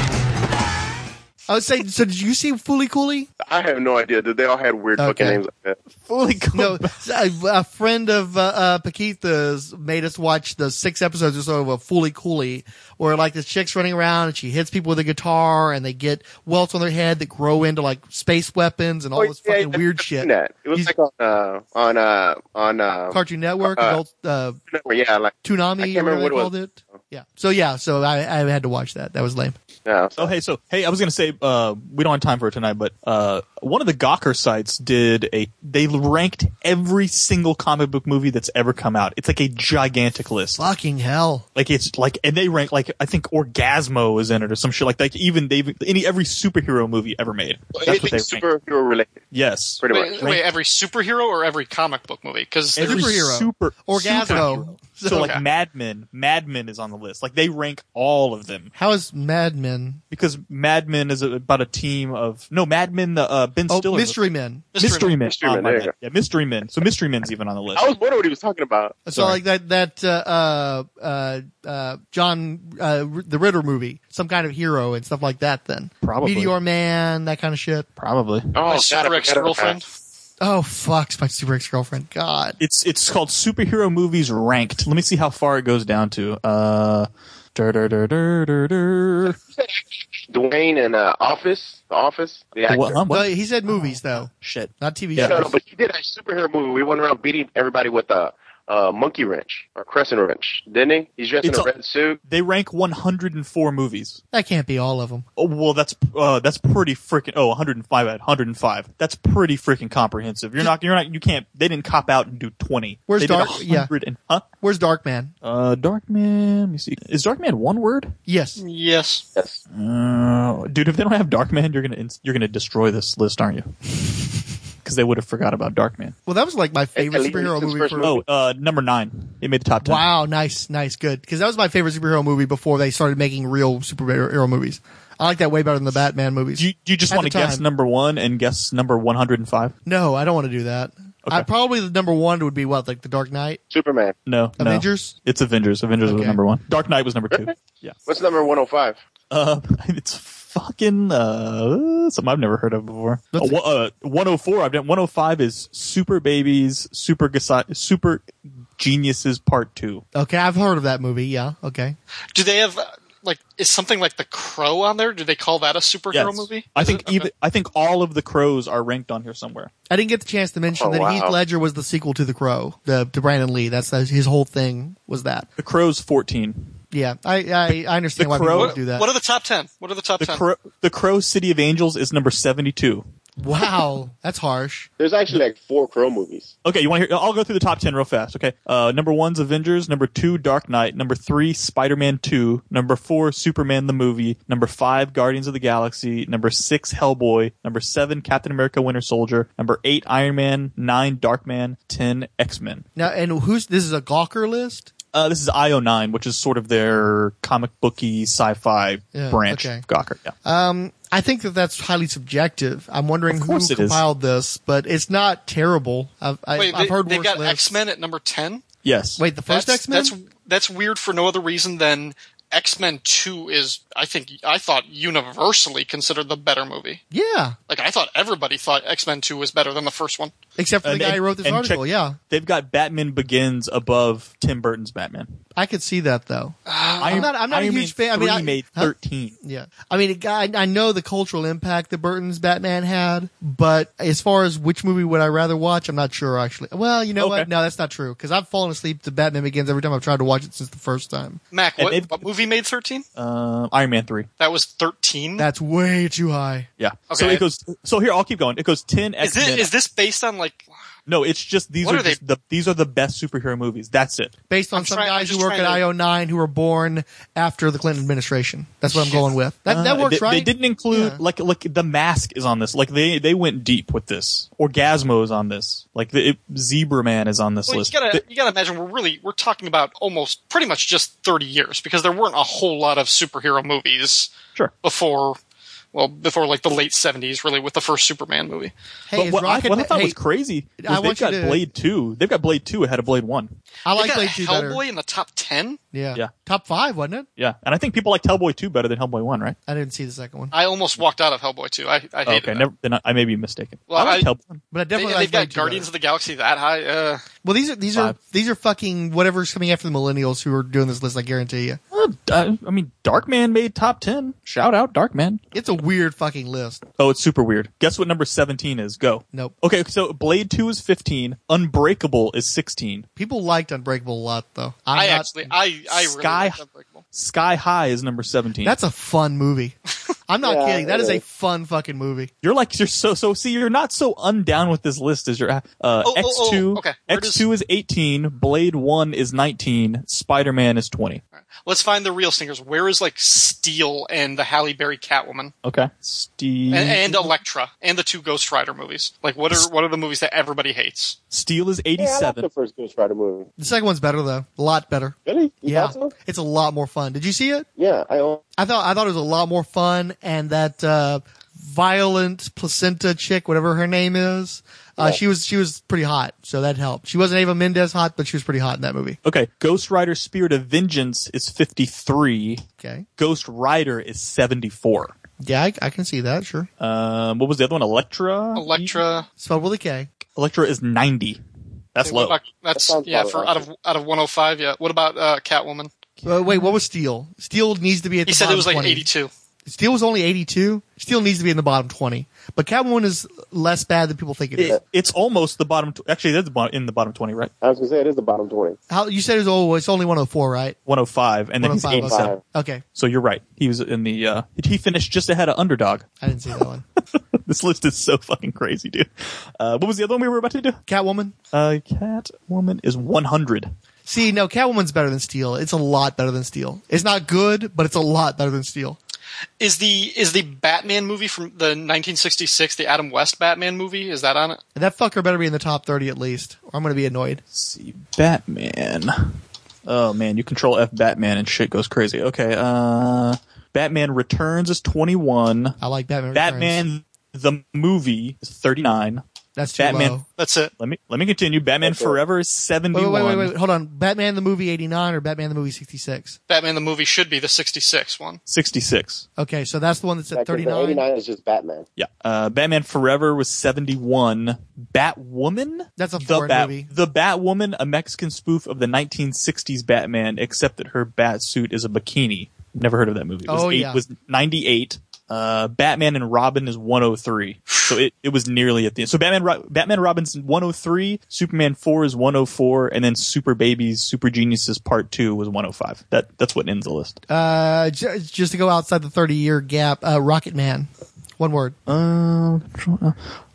I was saying. So did you see Fooly Cooley?
I have no idea, dude. They all had weird fucking
Okay.
names like that.
Fully
No, a, a friend of uh, uh, Paquita's made us watch the six episodes or so of a Fully Cooley, where like this chick's running around and she hits people with a guitar and they get welts on their head that grow into like space weapons and all
Oh,
this
yeah,
fucking
yeah,
weird
I've seen
shit.
That. It was
He's-
like on uh, on uh, on uh,
Cartoon Network,
Uh,
adult, uh,
yeah, like I
Toonami,
can't
or whatever
remember
they
what it
called
was.
it. Yeah. So yeah. So I, I had to watch that. That was lame.
Yeah.
Oh, hey. So, hey, I was gonna say uh, we don't have time for it tonight, but uh, one of the Gawker sites did a. They ranked every single comic book movie that's ever come out. It's like a gigantic list.
Fucking hell.
Like it's like, and they rank like I think Orgasmo is in it or some shit like that. Like, even they any every superhero movie ever made. That's what they
Anything
ranked.
superhero related.
Yes,
Pretty
Wait,
much.
wait, every superhero or every comic book movie? Because
Every super
Orgasmo.
superhero. So, like
Okay.
Mad Men, Mad Men is on the list. Like they rank all of them
How is Mad Men?
because Mad Men is a, about a team of no Mad Men. The uh, Ben
Oh,
Stiller,
Mystery Men. Oh,
Mystery, Men,
Mystery
Oh,
Men,
my
there you
bad.
go.
yeah, Mystery Men. So Mystery Men's even on the list.
I was wondering what he was talking about.
So like that that uh, uh uh John uh R- the Ritter movie, some kind of hero and stuff like that. Then
Probably.
Meteor Man, that kind of shit.
Probably
Oh,
my
God, I
super
forgot
ex
about
girlfriend.
that.
Oh fuck, my super ex girlfriend. God.
it's it's called superhero movies ranked. Let me see how far it goes down to. Uh, dur, dur, dur, dur, dur, dur.
Dwayne and uh, Office, The Office, the actor.
What, huh?
Well,
What?
he said movies though,
Shit.
not TV
Yeah.
No, no,
shows.
but he did a superhero movie. We went around beating everybody with a, a monkey wrench or crescent wrench, didn't he? He's dressed
It's
in a,
a-
red suit.
They rank 104 movies.
That can't be all of them.
Oh, well, that's uh, that's pretty freaking. Oh, 105 out of 105. That's pretty freaking comprehensive. You're not. You're not. You can't. They didn't cop out and do 20.
Where's
they did
Dark-
100 And, huh?
Where's Darkman?
Uh, Darkman. Let me see. Is Darkman one word?
Yes.
Yes.
Yes.
Uh, dude, if they don't have Darkman, you're gonna ins- you're gonna destroy this list, aren't you? Because they would have forgot about Darkman.
Well, that was like my favorite
Lee
superhero
Wiesner's
movie.
first
For,
movie.
Oh, uh, number nine. It made the top ten.
Wow, nice, nice, good. Because that was my favorite superhero movie before they started making real superhero movies. I like that way better than the Batman movies.
Do you, do you just
At
want to
the
guess
time.
number one and guess number 105?
no, I don't want to do that. I probably the number one would be what like the Dark Knight.
Superman.
No, no.
Avengers?
It's Avengers. Avengers was
Okay.
number one. Dark Knight was number two. yeah.
What's number 105?
Uh, it's fucking uh something I've never heard of before. Uh,
That's-
wha- uh, 104. I've done 105 is Super Babies, Super Gasi- Super Geniuses Part Two.
Okay, I've heard of that movie. Yeah. Okay.
Do they have uh, like is something like the Crow on there? Do they call that a superhero
Yes.
movie?
I
Is
think
it? Okay.
even I think all of the crows are ranked on here somewhere.
I didn't get the chance to mention
Oh,
that
wow.
Heath Ledger was the sequel to The Crow, the to Brandon Lee. That's that's his whole thing was that.
The crows 14.
Yeah, I I, I understand
The
why
Crow-
people
What,
would do that.
what are the top ten? What are the top
The
ten?
crow the crow City of Angels is number 72.
wow, that's harsh.
There's actually like four Crow movies.
Okay, you want to hear? I'll go through the top ten real fast. Okay, uh, number one's Avengers. Number two, Dark Knight. Number three, Spider Man Two. Number four, Superman the movie. Number five, Guardians of the Galaxy. Number six, Hellboy. Number seven, Captain America: Winter Soldier. Number eight, Iron Man. Nine, Dark Man. Ten, X Men.
Now, and who's this is a Gawker list?
Uh, this is IO Nine, which is sort of their comic booky sci-fi
Yeah,
branch
okay. Uh,
of Gawker. Yeah.
I think that that's highly subjective. I'm wondering
Of
who
course it is.
compiled this, but it's not terrible. I've, I've,
Wait,
I've
they,
heard
they
worse
got
lists.
X Men at number ten.
yes.
Wait, the first X
that's,
Men?
That's that's weird for no other reason than X Men Two is I think I thought universally considered the better movie.
Yeah,
Like I thought everybody thought X Men Two was better than the first one.
except for the
And-
guy
and-
who wrote this
and
article.
check-
yeah,
They've got Batman Begins above Tim Burton's Batman.
I could see that though.
Iron-
not- I'm not a
Iron
huge
Man
fan- I mean,
3
I-
made
huh?
thirteen.
Yeah, I mean, it- I, I know the cultural impact that Burton's Batman had, but as far as which movie would I rather watch, I'm not sure actually. Well, you know
Okay.
what? No, that's not true because I've fallen asleep to Batman Begins every time I've tried to watch it since the first time.
Mac,
And
what,
they've-
what movie made thirteen?
Um, Iron Man three.
That was thirteen.
That's way too high.
Yeah. So
Okay.
it goes. So here, I'll keep going. It goes ten
Is
X
this,
Men.
is this based on like?
no, it's just these
What
are,
are they-
just the these are the best superhero movies. That's it.
Based on
I'm
some
trying- I'm
guys who
just
work at
trying to-
IO9 who were born after the Clinton administration. That's what I'm going with. That,
Uh,
that works,
they,
right?
They didn't include
Yeah.
like like the mask is on this. Like they they went deep with this. Orgasmo is on this. Like the it, Zebra Man is on this
Well, you
list.
gotta
The-
you gotta imagine we're really we're talking about almost pretty much just thirty years because there weren't a whole lot of superhero movies
sure.
before. Well, before like the late seventies, really, with the first Superman movie.
Hey,
but
is
what,
Rocket
I, what I
Ma-
thought
hey,
was crazy
I
was they've
want you
got
to-
Blade two. They've got Blade two ahead of Blade one.
I
They
like
got
Blade Two
Hellboy
better.
in the top ten.
Yeah.
Yeah.
Top five, wasn't it?
Yeah, and I think people like Hellboy two better than Hellboy one, right?
I didn't see the second one,
I almost walked out of Hellboy too. I, I hated
Oh, okay,
that.
never, then I, I may be mistaken.
Well,
I like
I-
Hellboy.
but I
They,
definitely
they've
like Blade
got
Two
Guardians
better.
of the Galaxy that high. Uh,
Well, these are these are
Five.
these are fucking whatever's coming after the millennials who are doing this list. I guarantee you,
Well, Uh, I, I mean, Darkman made top ten. Shout out Darkman.
it's a weird fucking list.
Oh, it's super weird. Guess what number 17 is? Go.
Nope.
Okay, so Blade 2 is 15, Unbreakable is 16.
People liked Unbreakable a lot, though. I'm
I
not-
actually, I, I really
Sky-
liked Unbreakable.
Sky High is number 17.
That's a fun movie. I'm not
Yeah,
kidding. That
it
is a
is.
fun fucking movie.
You're like you're so so. See, you're not so undown with this list as you're. Uh,
oh,
X two
oh, okay. Where
X two is eighteen. Blade one is nineteen. Spider Man is twenty.
Let's find the real stingers. Where is like Steel and the Halle Berry Catwoman
Okay, Steel
and, and Elektra and the two Ghost Rider movies? Like what are what are the movies that everybody hates?
Steel is eighty
Yeah, I like
seven.
the first Ghost Rider movie.
The second one's better though, a lot better.
Really?
yeah, it's a lot more fun. Did you see it?
Yeah, I.
I thought I thought it was a lot more fun, and that uh, violent placenta chick, whatever her name is, uh,
Yeah.
she was she was pretty hot, so that helped. She wasn't Ava Mendez hot, but she was pretty hot in that movie.
Okay, Ghost Rider Spirit of Vengeance is fifty three.
Okay.
Ghost Rider is seventy four.
Yeah, I, I can see that. Sure,
Um, what was the other one? Electra.
Elektra.
spelled with a K.
Electra is ninety. That's
What
low.
about- that's
sounds
yeah
about
for
right.
out of out of 105. Yeah. What about uh, Catwoman?
Uh, wait, what was Steel? Steel needs to be at.
He
the
said it
bottom
was like
20.
82.
Steel was only eighty-two. Steel needs to be in the bottom twenty, but Catwoman is less bad than people think it is.
It- it's almost the bottom. Tw- Actually, that's the bo- in the bottom twenty, right?
I was gonna say it is the bottom twenty.
How you said it was? Oh, it's only one hundred four, right?
One hundred five, and then he's
105, okay.
eighty-seven.
Okay,
So you're right. He was in the. Uh, he finished just ahead of Underdog.
I didn't see that one.
this list is so fucking crazy, dude. Uh, what was the other one we were about to do?
Catwoman.
Uh, Catwoman is 100.
See, no, Catwoman's better than Steel. It's a lot better than Steel. It's not good, but it's a lot better than Steel.
Is the is the Batman movie from the 1966 the Adam West Batman movie? Is that on it?
And that fucker better be in the top thirty at least, or I'm going to be annoyed.
see, Batman. Oh man, you control F Batman and shit goes crazy. Okay, uh, Batman Returns is 21.
I like Batman.
Batman
Returns.
the movie is 39.
That's too
Batman.
low.
That's it.
Let me let me continue. Batman
That's it.
Forever is
Wait,
71.
wait, wait, wait, wait, hold on. Batman the movie eighty nine or Batman the movie sixty six?
Batman the movie should be the 66 one.
66.
Okay, so that's the one that's at thirty
The eighty
nine.
nine is just Batman.
Yeah. Uh, Batman Forever was 71. Batwoman?
That's a
the
foreign movie.
The Batwoman, a Mexican spoof of the 1960s Batman, except that her bat suit is a bikini. Never heard of that movie. It was,
Oh,
eight-
yeah.
was 98. Uh, Batman and Robin is 103. So it, it was nearly at the end. So Batman, Ro- Batman and Robin's 103, Superman 4 is 104, and then Super Babies, Super Geniuses Part 2 was 105. That, that's what ends the list.
Uh, j- just to go outside the thirty year gap, uh, Rocket Man. One word.
Um.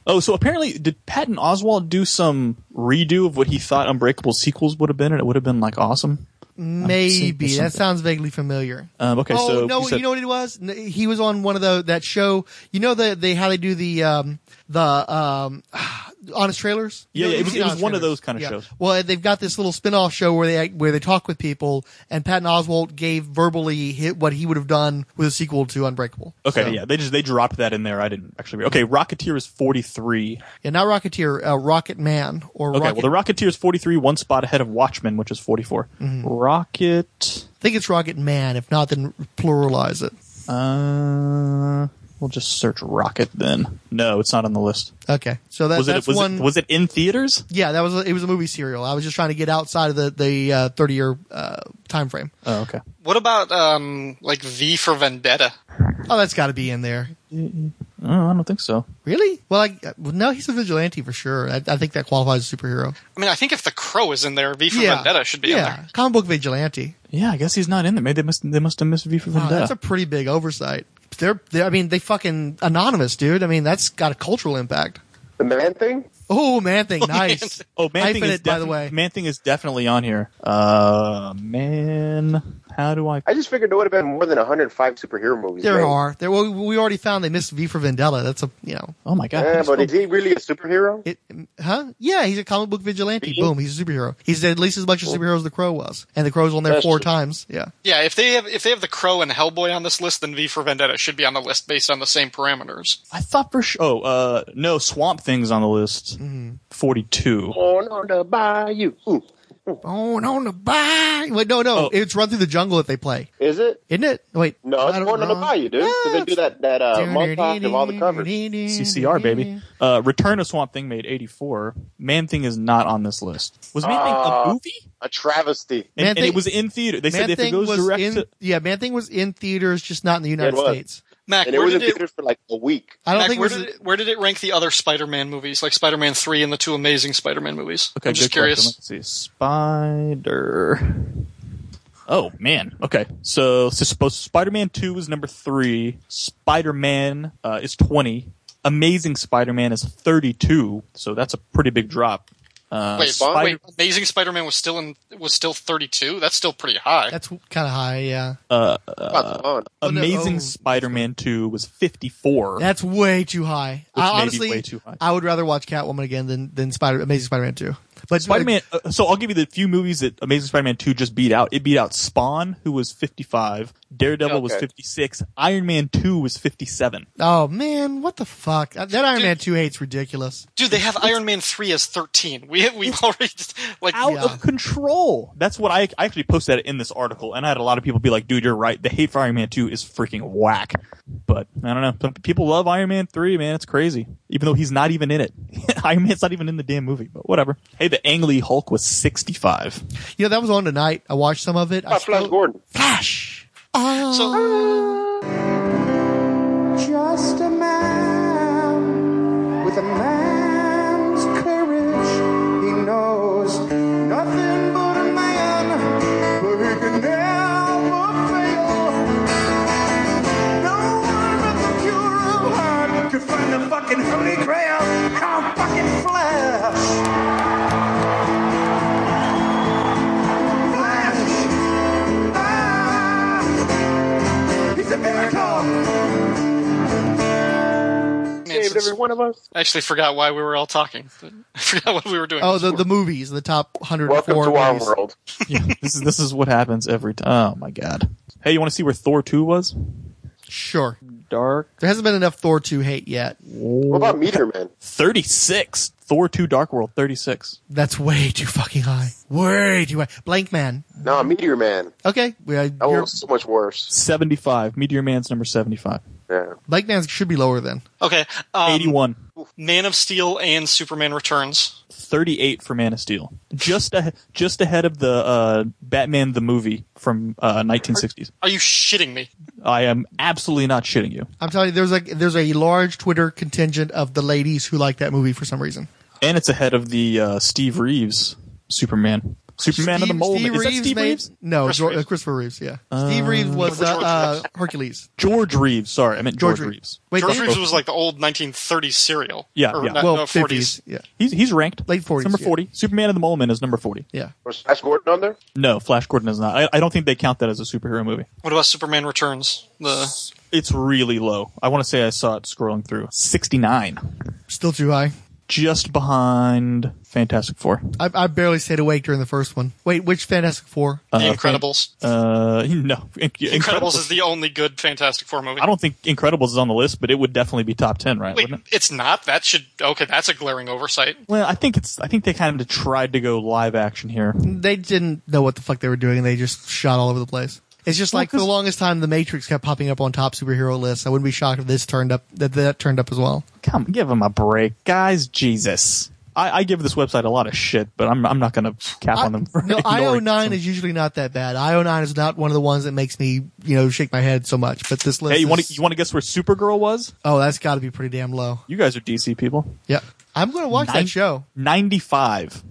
Oh, so apparently, did Patton Oswald do some redo of what he thought Unbreakable sequels would have been, and it would have been like awesome?
Maybe
something.
that sounds vaguely familiar.
Um, okay,
oh
so
no,
we
you,
said-
know what it was? N- He was on one of the that show. You know the they how they do the um the um honest trailers. You
Yeah,
know,
yeah, it
you've
was-
seen
it was
Honest
one of
Trailers.
those kind of
Yeah.
shows.
Well, they've got this little spin-off show where they where they talk with people, and Patton Oswalt gave verbally hit what he would have done with a sequel to Unbreakable.
Okay,
So-
yeah, they just they dropped that in there. I didn't actually. Read. Okay, Rocketeer is forty three.
yeah, not Rocketeer, uh, Rocket Man, or
Okay,
Rocket. Mm-hmm.
well, the Rocketeer is forty three, one spot ahead of Watchmen, which is forty four. Rocket.
I think it's Rocket Man. If not, then pluralize it.
Uh, we'll just search Rocket then. No, it's not on the list.
Okay, so that,
was
that's
it was
one.
it was it in theaters?
Yeah, that was a, it was a movie serial. I was just trying to get outside of the the uh, thirty year uh, time frame.
Oh, okay.
What about um like V for Vendetta?
Oh, that's got to be in there.
Oh, I don't think so.
Really? Well, I, well, no, he's a vigilante for sure. I, I think that qualifies as a superhero.
I mean, I think if the Crow is in there, V for
Yeah.
Vendetta should be in
yeah,
there.
comic book vigilante.
Yeah, I guess he's not in there. Maybe they must they must have missed V for
Wow,
Vendetta.
that's a pretty big oversight. They're, they're, I mean, they fucking anonymous, dude. I mean, that's got a cultural impact.
The Man Thing.
Oh, man thing, nice.
Oh, man thing
Hyphenate,
is
by
defi-
the way.
Man thing is definitely on here. Uh, man, how do I?
I just figured there would have been more than 105 superhero movies.
There
made.
are there. Well, we already found they missed V for Vendetta. That's a you know.
Oh my
Yeah, but is he really a superhero?
It, huh? Yeah, he's a comic book vigilante.
Mm-hmm.
Boom, he's a superhero. He's at least as much a superhero as the Crow was, and the Crow's on there
That's
four
true.
times. Yeah.
Yeah, if they have if they have the Crow and Hellboy on this list, then V for Vendetta should be on the list based on the same parameters.
I thought for sure. Oh, uh, no, Swamp Thing's on the list.
Mm-hmm.
Forty-two.
Born on the Bayou. Ooh.
Born on the bayou. Wait, no, no, it's Run Through the Jungle that they play,
Is it?
isn't it? Wait,
Oh. No, it's
I don't
Born on the
know.
Bayou, dude. So they do that that uh, montage of all the covers.
CCR baby. Uh, Return of Swamp Thing made eighty-four. Man Thing is not on this list. Was Man Thing a
Ah,
movie?
A travesty.
And,
Man
and
Thing-
it was in theater. They said
Man
if it
Thing
goes
was
direct
in,
to
yeah, Man Thing was in theaters, just not in the
Yeah, it
United
was.
States.
Mac,
and it
where
was in
did it,
theaters for like a week.
I don't
Mac,
think it
where,
was
did it, where did it rank the other Spider-Man movies, like Spider-Man three and the two Amazing Spider-Man movies?
Okay,
I'm just
good question.
curious.
Let's see. Spider. Oh man. Okay. So, so Spider-Man Two is number three. Spider-Man uh, is twenty. Amazing Spider-Man is thirty-two. So that's a pretty big drop. Uh,
wait,
Spider-
wait, Amazing Spider-Man was still in was still 32. That's still pretty high.
That's kind of high, yeah.
Uh,
Come
uh,
on.
Amazing
Oh, no.
Spider-Man Two was fifty-four.
That's way too high.
Which may
I
be
honestly,
way too high.
I would rather watch Catwoman again than than Spider Amazing Spider-Man two. But
Spider-Man. Uh, so I'll give you the few movies that Amazing Spider-Man Two just beat out. It beat out Spawn, who was fifty-five. Daredevil was
Okay.
fifty-six. Iron Man Two was fifty-seven.
oh man, what the fuck? That Iron Man two hate's ridiculous.
Dude, they have Iron Man 3 as 13. We we already like
out of control. That's what I, I actually posted it in this article, and I had a lot of people be like, "Dude, you're right. The hate for Iron Man Two is freaking whack." But I don't know. Some people love Iron Man Three, man. It's crazy, even though he's not even in it. Iron Man's not even in the damn movie. But whatever. Hey, the Ang Lee Hulk was 65.
You know that was on tonight. I watched some of it. I still-
Gordon.
Just a man with a man's courage. He knows nothing but a man, but he can never fail. No one but the pure of heart could find the fucking holy grail. Come fucking flash. Flash! Ah! He's a miracle!
Saved every
one of us.
I actually forgot why we were all talking. I forgot what we were doing.
Oh, the the movies, the top hundred. movies.
yeah, this is this is what happens every time. Oh my god. Hey, you want to see where Thor Two was?
Sure.
Dark.
There hasn't been enough Thor two hate yet.
What
about Meteor Man?
Thirty-six. Thor Two Dark World. Thirty-six.
That's way too fucking high. Way too high. Blank Man.
No, Meteor Man.
Okay, we uh,
That
are,
Oh.
one was so much worse.
Seventy-five. Meteor Man's number seventy-five.
Yeah.
Blank Man should be lower then.
Okay. Um,
81.
Man of Steel and Superman Returns.
38 for Man of Steel. Just a, just ahead of the uh, Batman the movie from uh, 1960s.
Are you shitting me?
I am absolutely not shitting you.
I'm telling you, there's like there's a large Twitter contingent of the ladies who like that movie for some reason.
And it's ahead of the uh, Steve Reeves Superman. Superman of the
Steve-
Mole.
Steve
Man. Is that
Reeves
Steve
made-
Reeves?
No, Chris Reeves. Christopher Reeves. Yeah, Steve Reeves was uh, uh, Hercules.
George Reeves. Sorry, I meant George,
George Reeves.
Reeves.
Wait,
George
the-
Reeves was like the old 1930s serial.
Yeah,
Or
yeah.
not-
Well,
no, 40s.
Yeah. He's he's ranked
late 40s.
Number
yeah.
40. Superman of the Mole Man is number 40.
Yeah.
Was Flash Gordon on there?
No, Flash Gordon is not. I, I don't think they count that as a superhero movie.
What about Superman Returns? The
It's really low. I want to say I saw it scrolling through. 69.
Still too high.
Just behind Fantastic Four.
I, I barely stayed awake during the first one. Wait, which Fantastic Four?
Uh,
The Incredibles.
Uh, no. In-
Incredibles is the only good Fantastic Four movie.
I don't think Incredibles is on the list, but it would definitely be top ten, right?
Wait,
Wouldn't it?
it's not. That should okay. That's a glaring oversight.
Well, I think it's. I think they kind of tried to go live action here.
They didn't know what the fuck they were doing. They just shot all over the place. It's just like for the longest time, The Matrix kept popping up on top superhero lists. I wouldn't be shocked if this turned up that that turned up as well.
Come, give them a break, guys. Jesus, I, I give this website a lot of shit, but I'm I'm not going to cap on them. For
No,
ignoring
IO9
some-
is usually not that bad. IO9 is not one of the ones that makes me, you know, shake my head so much. But this list,
Hey, you want
is-
to you want to guess where Supergirl was?
oh, that's got to be pretty damn low.
You guys are DC people.
Yeah, I'm going to watch
Nine-
that show.
Ninety-five.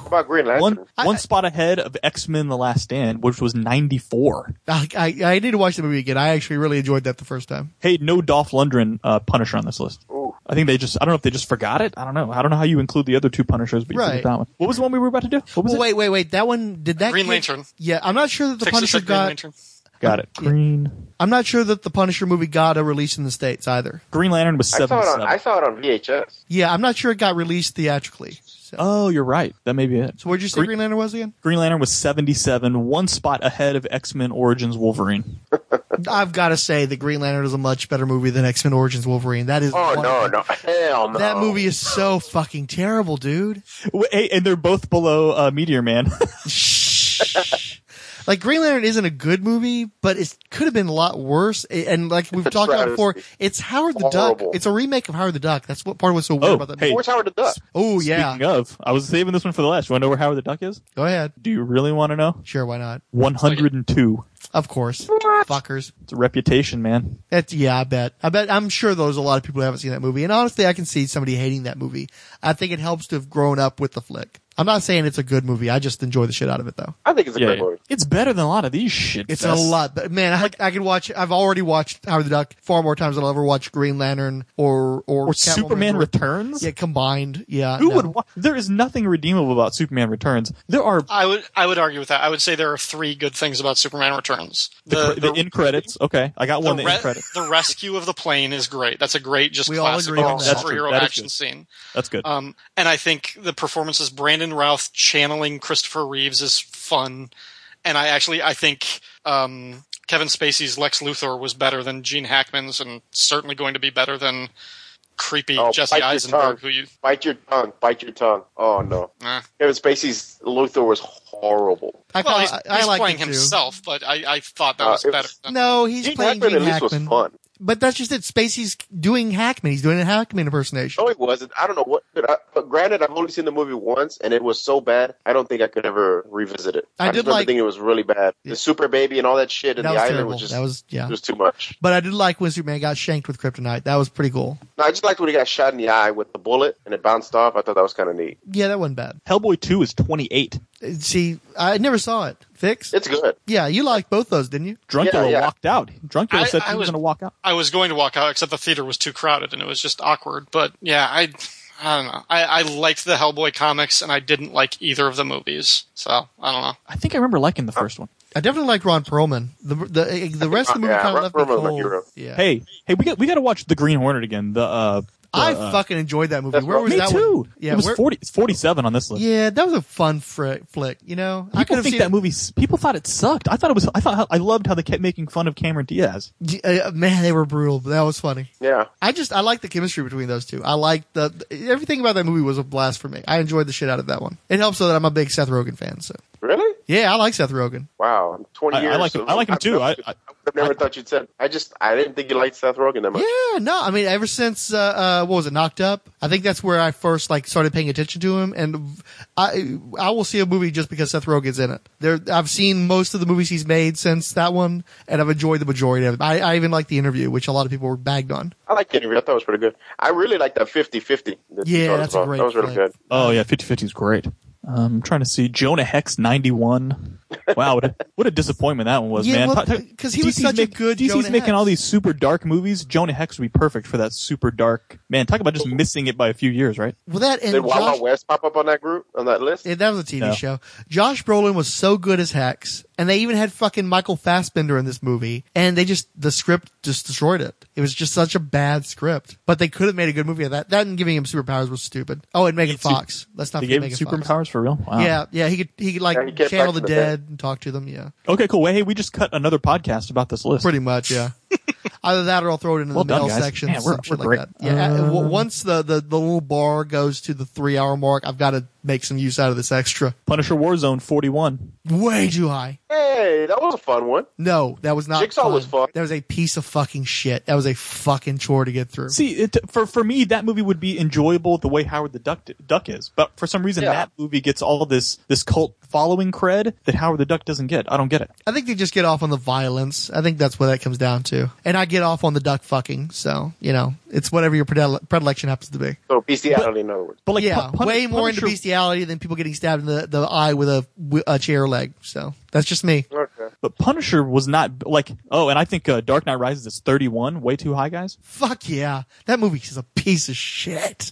What about Green Lantern?
One one spot ahead of X Men: The Last Stand, which was ninety-four.
I, I I need to watch the movie again. I actually really enjoyed that the first time.
Hey, no Dolph Lundgren uh, Punisher on this list.
Ooh.
I think they just, I don't know if they just forgot it. I don't know. I don't know how you include the other two Punishers, but you
Right.
forget that one. What was the one we were about to do? What was
Well,
it?
wait, wait, wait. That one did that
Green
get-
Lantern.
Yeah, I'm not sure that the
Texas
Punisher
Tech Green
got.
Lantern.
Got it. Green.
I'm not sure that the Punisher movie got a release in the states either.
Green Lantern was
I saw it on
77.
I saw it on VHS.
Yeah, I'm not sure it got released theatrically. So,
Oh, you're right. That may be it.
so where'd you say Green, Lantern was again?
Green Lantern was 77, one spot ahead of X-Men Origins Wolverine.
I've got to say that Green Lantern is a much better movie than X Men Origins Wolverine. That is.
Oh
one-
no, no, hell no.
That movie is so fucking terrible, dude.
Wait, hey, and they're both below uh, Meteor Man.
Like Green Lantern isn't a good movie, but it could have been a lot worse. A- And like we've talked about before, it's Howard the
Horrible.
Duck. It's a remake of Howard the Duck. That's what part of what's so weird
Oh,
about that.
hey.
movie.
Where's Howard the Duck?
Oh yeah,
Speaking of, I was saving this one for the last. You want to know where Howard the Duck is?
go ahead.
Do you really want to know?
Sure, why not?
102.
Of course, fuckers.
It's a reputation, man.
That's yeah. I bet. I bet. I'm sure there's a lot of people who haven't seen that movie. And honestly, I can see somebody hating that movie. I think it helps to have grown up with the flick. I'm not saying it's a good movie. I just enjoy the shit out of it though.
I think it's a
Yeah,
great
yeah.
movie.
It's better than a lot of these shit.
It's
fests.
a lot, but man, I, I could watch. I've already watched Howard the Duck far more times than I'll ever watch Green Lantern or or,
Or
Catwoman
Superman
or-
Returns?
Yeah, combined. Yeah,
Who
no.
would? Wa- there is nothing redeemable about Superman Returns. There are
I would I would argue with that. I would say there are three good things about Superman Returns.
the,
The
the, in credits. Okay, I got
the,
one in
re-
credits.
the rescue of the plane is great. That's a great just
We all
classic
agree on that.
That's true.
superhero
That is
action
good.
scene.
That's good.
Um, and I think the performances Brandon Routh channeling Christopher Reeves is fun. And I actually I think um, Kevin Spacey's Lex Luthor was better than Gene Hackman's, and certainly going to be better than creepy
Oh,
Jesse
bite your
Eisenberg,
tongue.
who you.
Bite your tongue. Bite your tongue. Oh no.
eh.
Kevin Spacey's Luthor was horrible.
I,
well,
kinda-
he's,
I, I
he's
like
playing
it, too.
himself, but I, I thought that
Uh,
was
it was-
better. than-
No, he's
Gene
playing
Hackman
Gene
at least was
Hackman.
fun.
But that's just it. Spacey's doing Hackman. He's doing a Hackman impersonation.
No, it wasn't. I don't know what. But, I, but granted, I've only seen the movie once, and it was so bad. I don't think I could ever revisit it.
I
just
did
remember
like-
thinking it was really bad.
Yeah.
The super baby and all that shit in
that
the
was
island
terrible.
was just
that was yeah.
it was too much.
but I did like when Superman got shanked with kryptonite. That was pretty cool.
No, I just liked when he got shot in the eye with the bullet and it bounced off. I thought that was kind of neat.
Yeah, that wasn't bad.
Hellboy Two is twenty eight.
Uh, See, I never saw it. Fix.
It's good.
yeah, you liked both those, didn't you?
Drunkula
Yeah, yeah.
walked out. Drunkula
I-
said
I
he was
was-
going to walk out.
I was going to walk out, except the theater was too crowded and it was just awkward. But yeah, I, I don't know. I, I liked the Hellboy comics and I didn't like either of the movies. So I don't know.
I think I remember liking the first one.
I definitely liked Ron Perlman. The the the rest of the movie
Yeah,
kind of
Ron
left me
Perlman's my
cold.
hero.
Yeah.
Hey, hey, we got we got to watch the Green Hornet again. The uh, the,
I
uh,
fucking enjoyed that movie.
that's
Where
what-
was
me
that
too.
one? Yeah,
it was
where-
forty. It's forty seven on this list.
yeah, that was a fun fri flick. You know, I could
People
have
think
seen
that movie. s- People thought it sucked. I thought it was. I thought I loved how they kept making fun of Cameron Diaz.
Uh, man, they were brutal. But that was funny.
Yeah.
I just I like the chemistry between those two. I like the everything about that movie was a blast for me. I enjoyed the shit out of that one. It helps though that I'm a big Seth Rogen fan. So
Really?
yeah, I like Seth Rogen.
Wow. I'm 20
I- I
years.
like him- I like him too. I-
I've
I-
never, I've never thought you'd said. I just I didn't think you liked Seth Rogen that much.
Yeah, no, I mean ever since uh, uh what was it, Knocked Up? I think that's where I first like started paying attention to him, and I I will see a movie just because Seth Rogen's in it. There, I've seen most of the movies he's made since that one, and I've enjoyed the majority of them. I, I even like the interview, which a lot of people were bagged on.
I liked the interview. I thought it was pretty good. I really liked that 50-50. that you
Yeah,
talked
that's a
about.
great
That was really good.
flick.
Oh yeah, 50-50 is great. Um, I'm trying to see Jonah Hex ninety one. Wow, what a, what a disappointment that one was,
Yeah,
man.
well,
Ta- ta-
'cause he was
DC's
such a good
DC's
Jonah
making all
Hex.
these super dark movies. Jonah Hex would be perfect for that super dark. Man, talk about just missing it by a few years, right?
Well, that and
Did Wild
Josh-
Wild West pop up on that group on that list?
Yeah, that was a TV
No.
show. Josh Brolin was so good as Hex, and they even had fucking Michael Fassbender in this movie, and they just the script just destroyed it. It was just such a bad script, but they could have made a good movie of that. That and giving him superpowers was stupid. Oh, and Megan
He-
Fox. Let's not
They
forget
gave him
Megan
superpowers
Fox.
for real. Wow.
Yeah, yeah, he could he could like
Yeah, he came
channel
back
the
to the
dead and talk to them. Yeah,
Okay, cool. Well, hey, we just cut another podcast about this list.
pretty much. Yeah. Either that, or I'll throw it in
Well
the
done,
mail
guys.
section,
Man, we're-
some shit
we're
like
great.
that. Yeah,
Uh,
uh, w- once the, the the little bar goes to the three hour mark, I've got to make some use out of this extra.
Punisher Warzone 41.
Way too high.
Hey, that was a fun one.
No, that was not.
Jigsaw was fun.
That was a piece of fucking shit. That was a fucking chore to get through.
See, it, for for me, that movie would be enjoyable the way Howard the Duck Duck is, but for some reason,
Yeah.
that movie gets all this this cult following cred that Howard the Duck doesn't get. I don't get it.
I think they just get off on the violence. I think that's what that comes down to. And I get off on the duck fucking. So you know, it's whatever your predile- predilection happens to be.
So bestiality, in other words.
But like,
yeah,
Pu- Pun-
way more into
Punisher-
bestiality than people getting stabbed in the, the eye with a, wi- a chair leg. So that's just me.
Okay.
But Punisher was not like oh, and I think uh, Dark Knight Rises is thirty one, way too high, guys.
Fuck yeah, that movie is a piece of shit.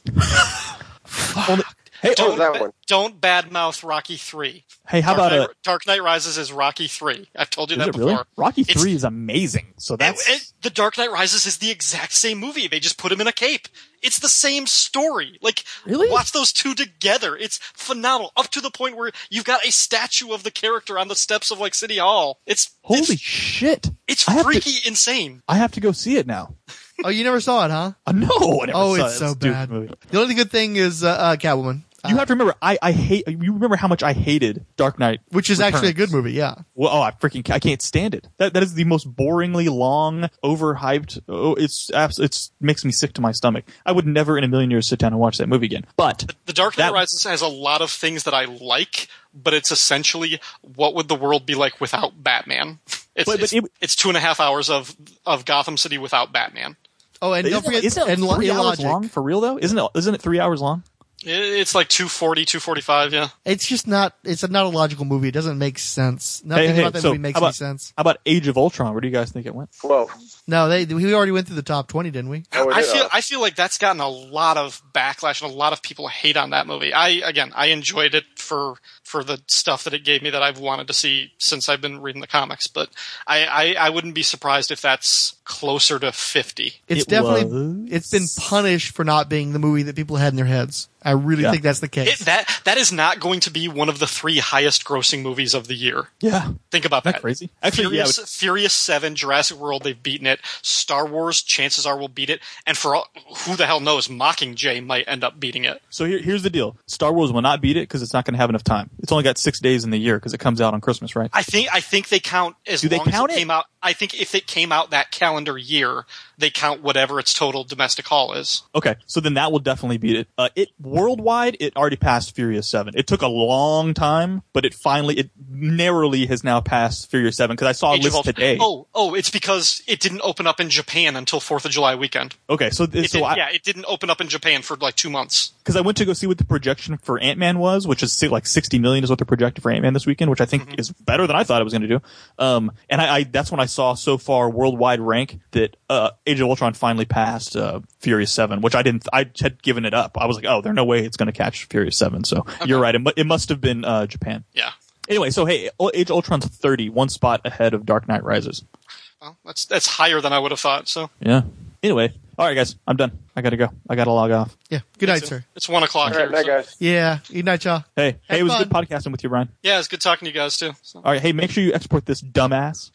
Only- hey,
What was
oh,
that one?
Don't badmouth Rocky 3.
hey, how
Dark
about
Knight,
a?
Dark Knight Rises is Rocky 3. I've told you
Is
that
it
before.
really? Rocky
It's-
Three is amazing. So
It-
that's
it- the Dark Knight Rises is the exact same movie. They just put him in a cape. It's the same story. Like,
Really?
watch those two together. It's phenomenal. Up to the point where you've got a statue of the character on the steps of like City Hall. It's
holy
It's,
shit.
it's
I have to-
freaky insane.
I have to go see it now.
oh, you never saw it, huh?
Uh, no, I never
Oh,
saw
it's
it.
so
a stupid
bad.
movie.
The only good thing is uh, uh, Catwoman,
You have to remember, I, I hate. You remember how much I hated Dark Knight,
which is actually a good
Returns.
movie. Yeah.
Well, oh, I freaking ca- I can't stand it. That that is the most boringly long, overhyped. Oh, it's abs- it's makes me sick to my stomach. I would never in a million years sit down and watch that movie again. But
The Dark Knight
That-
Rises has a lot of things that I like, but it's essentially what would the world be like without Batman? It's,
But- but
it's,
it-
it's two and a half hours of of Gotham City without Batman.
Oh, and
isn't
don't
it-
forget,
isn't it
and Lo-
three hours
Illogic.
long for real though? Isn't it? Isn't it three hours long?
It's like 240, 245, yeah.
It's just not. It's not a logical movie. It doesn't make sense. Nothing
Hey, hey,
about that
so
movie makes
how about,
any sense.
How about Age of Ultron? Where do you guys think it went?
Well,
No, they we already went through the top twenty, didn't we?
I feel I feel like that's gotten a lot of backlash and a lot of people hate on that movie. I again I enjoyed it for for the stuff that it gave me that I've wanted to see since I've been reading the comics, but I I, I wouldn't be surprised if that's closer to fifty.
It's definitely it's been punished for not being the movie that people had in their heads. I really
Yeah.
think that's the
It,
case.
that that is not going to be one of the three highest grossing movies of the year.
Yeah.
Think about that.
crazy?
Uh,
Actually, yeah,
Furious, Furious Seven, Jurassic World, they've beaten it. Star Wars, chances are, will beat it. And for all, who the hell knows, Mockingjay might end up beating it.
So here, here's the deal: Star Wars will not beat it because it's not going to have enough time. It's only got six days in the year because it comes out on Christmas, right?
I think I think they count as
Do they
long
count
as
it?
it, came out. I think if it came out that calendar year, they count whatever its total domestic haul is.
Okay, so then that will definitely beat it. Uh, it worldwide, it already passed Furious Seven. It took a long time, but it finally, it narrowly has now passed Furious Seven because I saw a
Age of
list
Ultron-
today.
Oh, oh, it's because it didn't open up in Japan until Fourth of July weekend.
Okay, so
It
th- so
didn't-
I,
yeah, it didn't open up in Japan for like two months.
because I went to go see what the projection for Ant Man was, which is si- like sixty million is what they're projected for Ant Man this weekend, which I think is better than I thought it was going to do. Um, and I, I that's when I saw so far worldwide rank that uh, Age of Ultron finally passed uh, Furious Seven, which I didn't. I had given it up. I was like, oh, there's no way it's going to catch Furious Seven. So you're right. It, mu- it must have been uh, Japan.
Yeah.
Anyway, so hey, O- Age of Ultron's thirty, one spot ahead of Dark Knight Rises.
Well, that's that's higher than I would have thought. So
Yeah. Anyway, all right, guys, I'm done. I gotta go. I gotta log off.
yeah. Good night, sir.
it's one o'clock here. so-
Yeah. Good night, y'all.
Hey, hey,
Have
it was good podcasting with you, Ryan.
Yeah, it's good talking to you guys too. So.
All right, hey, make sure you export this dumbass.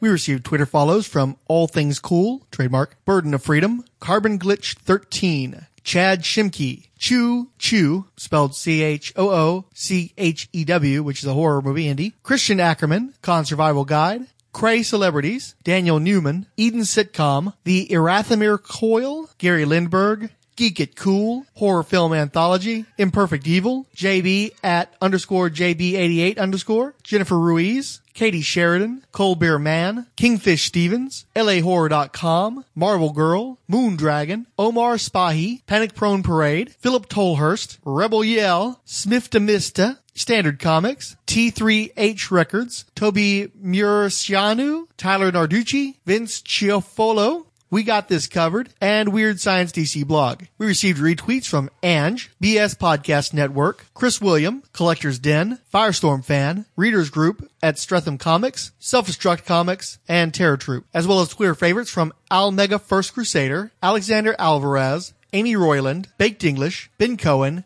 We received Twitter follows from All Things Cool, trademark, Burden of Freedom, Carbon Glitch 13, Chad Shimke, Chew Chew, spelled C-H-O-O-C-H-E-W, E which is a horror movie indie, Christian Ackerman, Con Survival Guide, Cray Celebrities, Daniel Newman, Eden Sitcom, The Erathemir Coil, Gary Lindberg, Geek It Cool, Horror Film Anthology, Imperfect Evil, JB at underscore JB88 underscore, Jennifer Ruiz, Katie Sheridan, Cold Beer Man, Kingfish Stevens, LAHorror.com, Marvel Girl, Moon Dragon, Omar Spahi, Panic Prone Parade, Philip Tolhurst, Rebel Yell, Smiftamista, Standard Comics, T3H Records, Toby Murcianu, Tyler Narducci, Vince Chiofolo, we got this covered and Weird Science DC blog. We received retweets from Ange, BS Podcast Network, Chris William, Collector's Den, Firestorm Fan, Readers Group at Stretham Comics, Self Destruct Comics, and Terror Troop, as well as Twitter favorites from Almega First Crusader, Alexander Alvarez, Amy Royland, Baked English, Ben Cohen,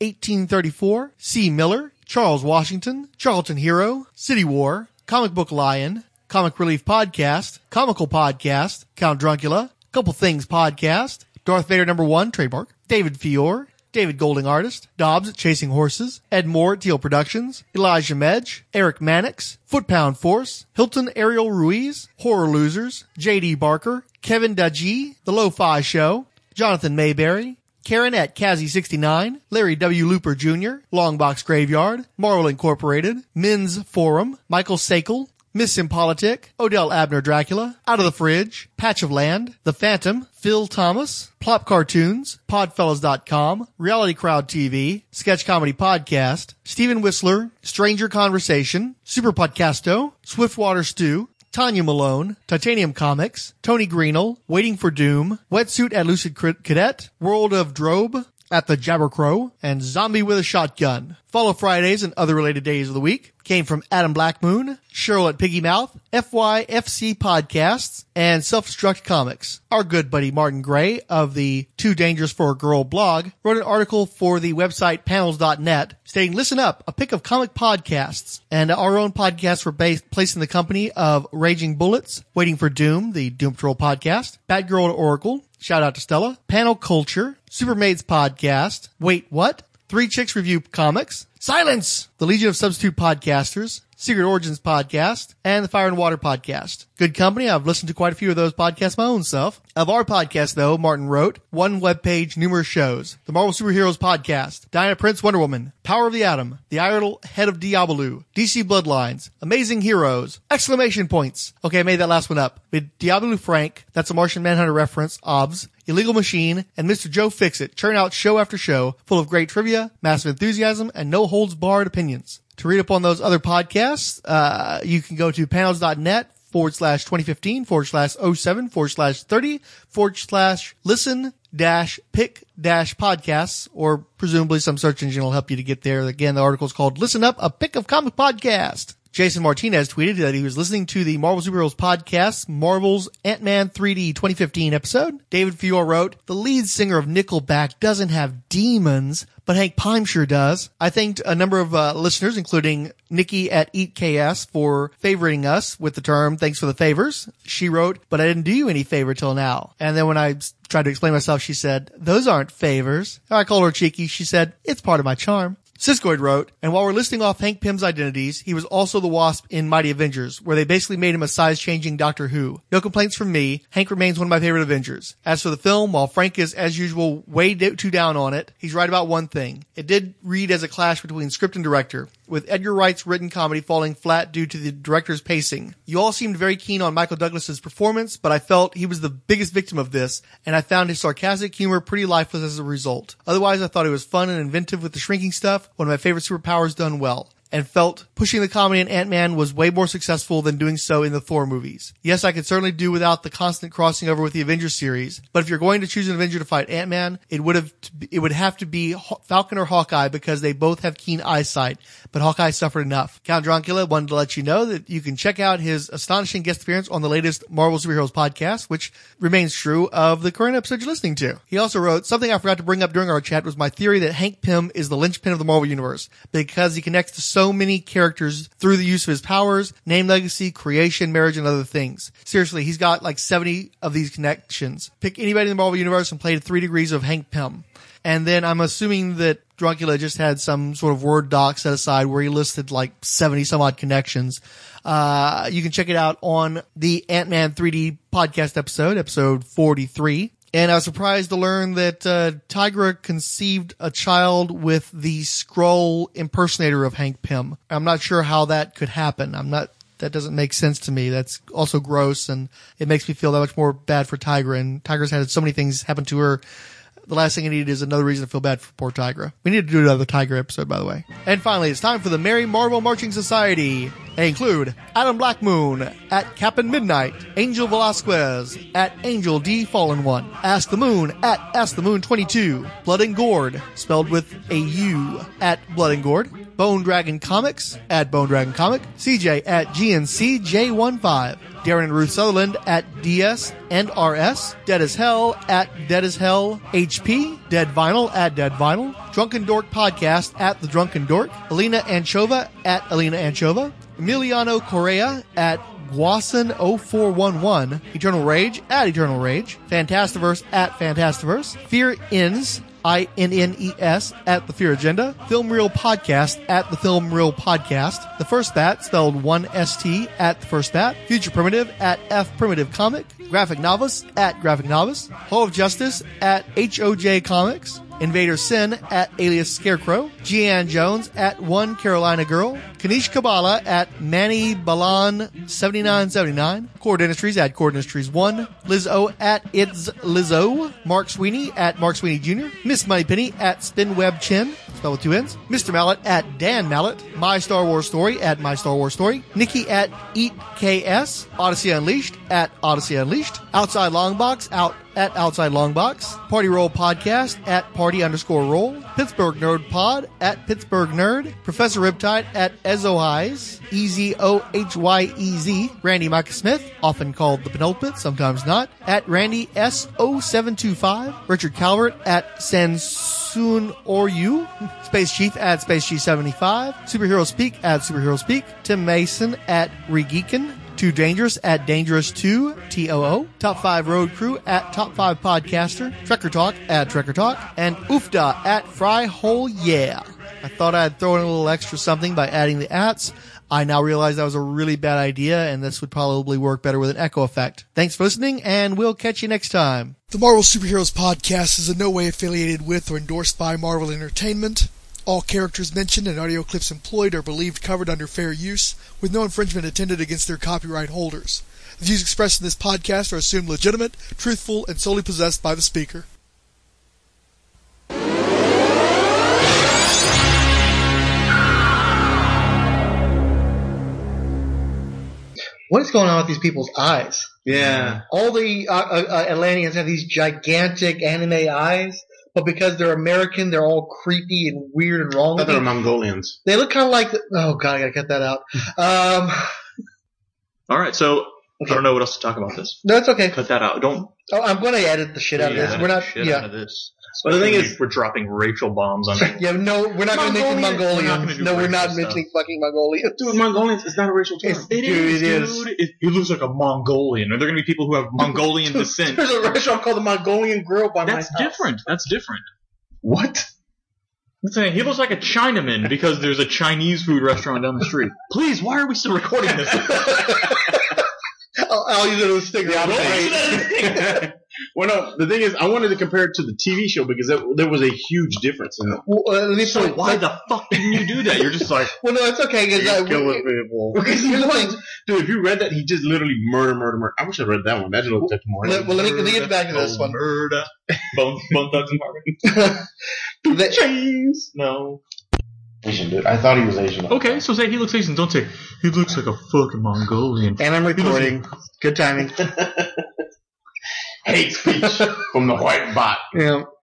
BKLYN1834, C. Miller, Charles Washington, Charlton Hero, City War, Comic Book Lion, Comic Relief Podcast, Comical Podcast, Count Druncula, Couple Things Podcast, Darth Vader Number One Trademark, David Fior, David Golding Artist, Dobbs at Chasing Horses, Ed Moore at Teal Productions, Elijah Medge, Eric Mannix, Foot Pound Force, Hilton Ariel Ruiz, Horror Losers, JD Barker, Kevin Dajee, The Lo-Fi Show, Jonathan Mayberry, Karen at Kazi69, Larry W. Looper Jr., Longbox Graveyard, Marvel Incorporated, Men's Forum, Michael Sakel, Miss Impolitic, Odell Abner Dracula, Out of the Fridge, Patch of Land, The Phantom, Phil Thomas, Plop Cartoons, Podfellas.com, Reality Crowd TV, Sketch Comedy Podcast, Stephen Whistler, Stranger Conversation, Super Podcasto, Swiftwater Stew, Tanya Malone, Titanium Comics, Tony Greenell, Waiting for Doom, Wetsuit at Lucid Cr- Cadet, World of Drobe, at the Jabbercrow, and Zombie with a Shotgun. Follow Fridays and other related days of the week. Came from Adam Blackmoon, Cheryl at Piggy Mouth, FYFC Podcasts, and Self-Destruct Comics. Our good buddy Martin Gray of the Too Dangerous for a Girl blog wrote an article for the website panels.net stating, listen up, a pick of comic podcasts. And our own podcasts were based, placed in the company of Raging Bullets, Waiting for Doom, the Doom Patrol podcast, Bad Girl to Oracle, Shout out to Stella. Panel Culture, Supermaids Podcast, Wait What? Three Chicks Review Comics, Silence! The Legion of Substitute Podcasters, Secret Origins Podcast, and the Fire and Water Podcast. Good company. I've listened to quite a few of those podcasts my own self. Of our podcast, though, Martin wrote, one webpage, numerous shows. The Marvel Superheroes Podcast, Diana Prince Wonder Woman, Power of the Atom, The Idle Head of Diabolu, DC Bloodlines, Amazing Heroes, exclamation points. Okay, I made that last one up. With Diabolu Frank, that's a Martian Manhunter reference, OBS, Illegal Machine, and Mr. Joe Fixit churn out show after show full of great trivia, massive enthusiasm, and no holds barred opinions. To read up on those other podcasts, uh, you can go to panels.net forward slash 2015 forward slash 07 forward slash 30 forward slash listen dash pick dash podcasts or presumably some search engine will help you to get there. Again, the article is called Listen Up, a pick of comic podcast. Jason Martinez tweeted that he was listening to the Marvel Superheroes podcast, Marvel's Ant-Man 3D 2015 episode. David Fior wrote, the lead singer of Nickelback doesn't have demons, but Hank Pym sure does. I thanked a number of uh, listeners, including Nikki at E EatKS for favoring us with the term thanks for the favors. She wrote, but I didn't do you any favor till now. And then when I s- tried to explain myself, she said, those aren't favors. I called her cheeky. She said, it's part of my charm. Siskoid wrote, and while we're listing off Hank Pym's identities, he was also the Wasp in Mighty Avengers, where they basically made him a size-changing Doctor Who. No complaints from me. Hank remains one of my favorite Avengers. As for the film, while Frank is, as usual, way do- too down on it, he's right about one thing. It did read as a clash between script and director, with Edgar Wright's written comedy falling flat due to the director's pacing. You all seemed very keen on Michael Douglas's performance, but I felt he was the biggest victim of this, and I found his sarcastic humor pretty lifeless as a result. Otherwise, I thought it was fun and inventive with the shrinking stuff, one of my favorite superpowers done well. And felt pushing the comedy in Ant-Man was way more successful than doing so in the Thor movies. Yes, I could certainly do without the constant crossing over with the Avengers series, but if you're going to choose an Avenger to fight Ant-Man, it would have, to be- it would have to be Haw- Falcon or Hawkeye because they both have keen eyesight, but Hawkeye suffered enough. Count Dracula wanted to let you know that you can check out his astonishing guest appearance on the latest Marvel Superheroes podcast, which remains true of the current episode you're listening to. He also wrote, something I forgot to bring up during our chat was my theory that Hank Pym is the linchpin of the Marvel Universe because he connects to so many characters through the use of his powers, name legacy, creation, marriage, and other things. Seriously, he's got like 70 of these connections. Pick anybody in the Marvel Universe and play to three degrees of Hank Pym. And then I'm assuming that Druncula just had some sort of Word doc set aside where he listed like 70 some odd connections. Uh, you can check it out on the Ant-Man 3D podcast episode, episode 43. And I was surprised to learn that uh, Tigra conceived a child with the scroll impersonator of Hank Pym. I'm not sure how that could happen. I'm not that doesn't make sense to me. That's also gross, and it makes me feel that much more bad for Tigra. And Tigra's had so many things happen to her. The last thing I need is another reason to feel bad for poor Tigra. We need to do another Tigra episode, by the way. And finally, it's time for the Merry Marvel Marching Society. They include Adam Blackmoon at Captain Midnight, Angel Velasquez at Angel D Fallen One, Ask the Moon at Ask the Moon 22, Blood and Gourd, spelled with a U, at Blood and Gourd, Bone Dragon Comics at Bone Dragon Comic, CJ at GNCJ15, Darren and Ruth Sutherland at DS and RS, Dead as Hell at Dead as Hell HP, Dead Vinyl at Dead Vinyl, Drunken Dork Podcast at The Drunken Dork, Alina Anchova at Alina Anchova, Emiliano Correa at Guason0411, Eternal Rage at Eternal Rage, Fantastiverse at Fantastiverse, Fear Inns I N N E S at the Fear Agenda, Film Reel Podcast at the Film Reel Podcast, The First That spelled one S T at the First That, Future Primitive at F Primitive Comic, Graphic Novice at Graphic Novice, Hall of Justice at H O J Comics, Invader Sin at alias Scarecrow, Gian Jones at One Carolina Girl, Kanish Kabbalah at Manny Balan 7979, Cord Industries at Cord Industries 1, Lizzo at It's Lizzo, Mark Sweeney at Mark Sweeney Jr., Miss Moneypenny at Spinweb Chin, spell with two N's, Mr. Mallet at Dan Mallet, My Star Wars Story at My Star Wars Story, Nikki at Eat KS, Odyssey Unleashed at Odyssey Unleashed, Outside Longbox out at Outside Longbox, Party Roll Podcast at Party underscore Roll, Pittsburgh Nerd Pod at Pittsburgh Nerd, Professor Riptide at Ezohighs, E Z O H Y E Z, Randy Micah Smith, often called the Penultimate, sometimes not, at Randy S O seven two five, Richard Calvert at Sansoon or You, Space Chief at Space G seventy five, Superhero Speak at Superhero Speak, Tim Mason at Regeekin, Too Dangerous at Dangerous 2, TOO, Top 5 Road Crew at Top 5 Podcaster, Trekker Talk at Trekker Talk, and Oofda at Fry Hole Yeah.
I thought I'd throw in a little extra something by adding the ats. I now realize that was a really bad idea, and this would probably work better with an echo effect. Thanks for listening, and we'll catch you next time.
The Marvel Superheroes podcast is in no way affiliated with or endorsed by Marvel Entertainment. All characters mentioned and audio clips employed are believed covered under fair use, with no infringement intended against their copyright holders. The views expressed in this podcast are assumed legitimate, truthful, and solely possessed by the speaker.
What is going on with these people's eyes?
Yeah.
All the uh, uh, uh, Atlanteans have these gigantic anime eyes, but because they're American, they're all creepy and weird and wrong.
I thought they were
looking.
Mongolians.
They look kind of like. The, oh god, I gotta cut that out. Um,
All right, so I don't know what else to talk about this.
no, it's okay.
Cut that out. Don't.
Oh, I'm gonna edit the shit out
Yeah,
of this. We're not.
shit
yeah.
out of this. But the thing is, we're dropping racial bombs on.
Yeah, no, we're not going to mention
Mongolian. We're not
Mongolians.
gonna do
no, we're not
racist
mentioning fucking Mongolians.
Dude, Mongolians is not a racial term.
It's, dude, it is.
It, you looks like a Mongolian. Are there going to be people who have Mongolian descent?
There's a restaurant called the Mongolian Grill by
That's different. That's different. What? I'm saying he looks like a Chinaman because there's a Chinese food restaurant down the street. Please, why are we still recording this?
I'll, I'll use it as a sticker.
well, no. The thing is, I wanted to compare it to the TV show because it, there was a huge difference in it.
Well, uh, let me
So why the fuck didn't you do that? You're just like,
well, no, it's okay because
you're killing people. Dude, if you read that, he just literally murder, murder, murder. I wish I read that one. That just looked like more.
Let- well, let me- let me get back to this one.
Oh, Murder, bone, bone thugs and harmony.
The
chains. No. Asian dude. I thought he was Asian. Okay, so say he looks Asian. Don't say he looks like a fucking Mongolian.
And I'm recording. Good timing.
Hate speech from the white bot.
Yeah.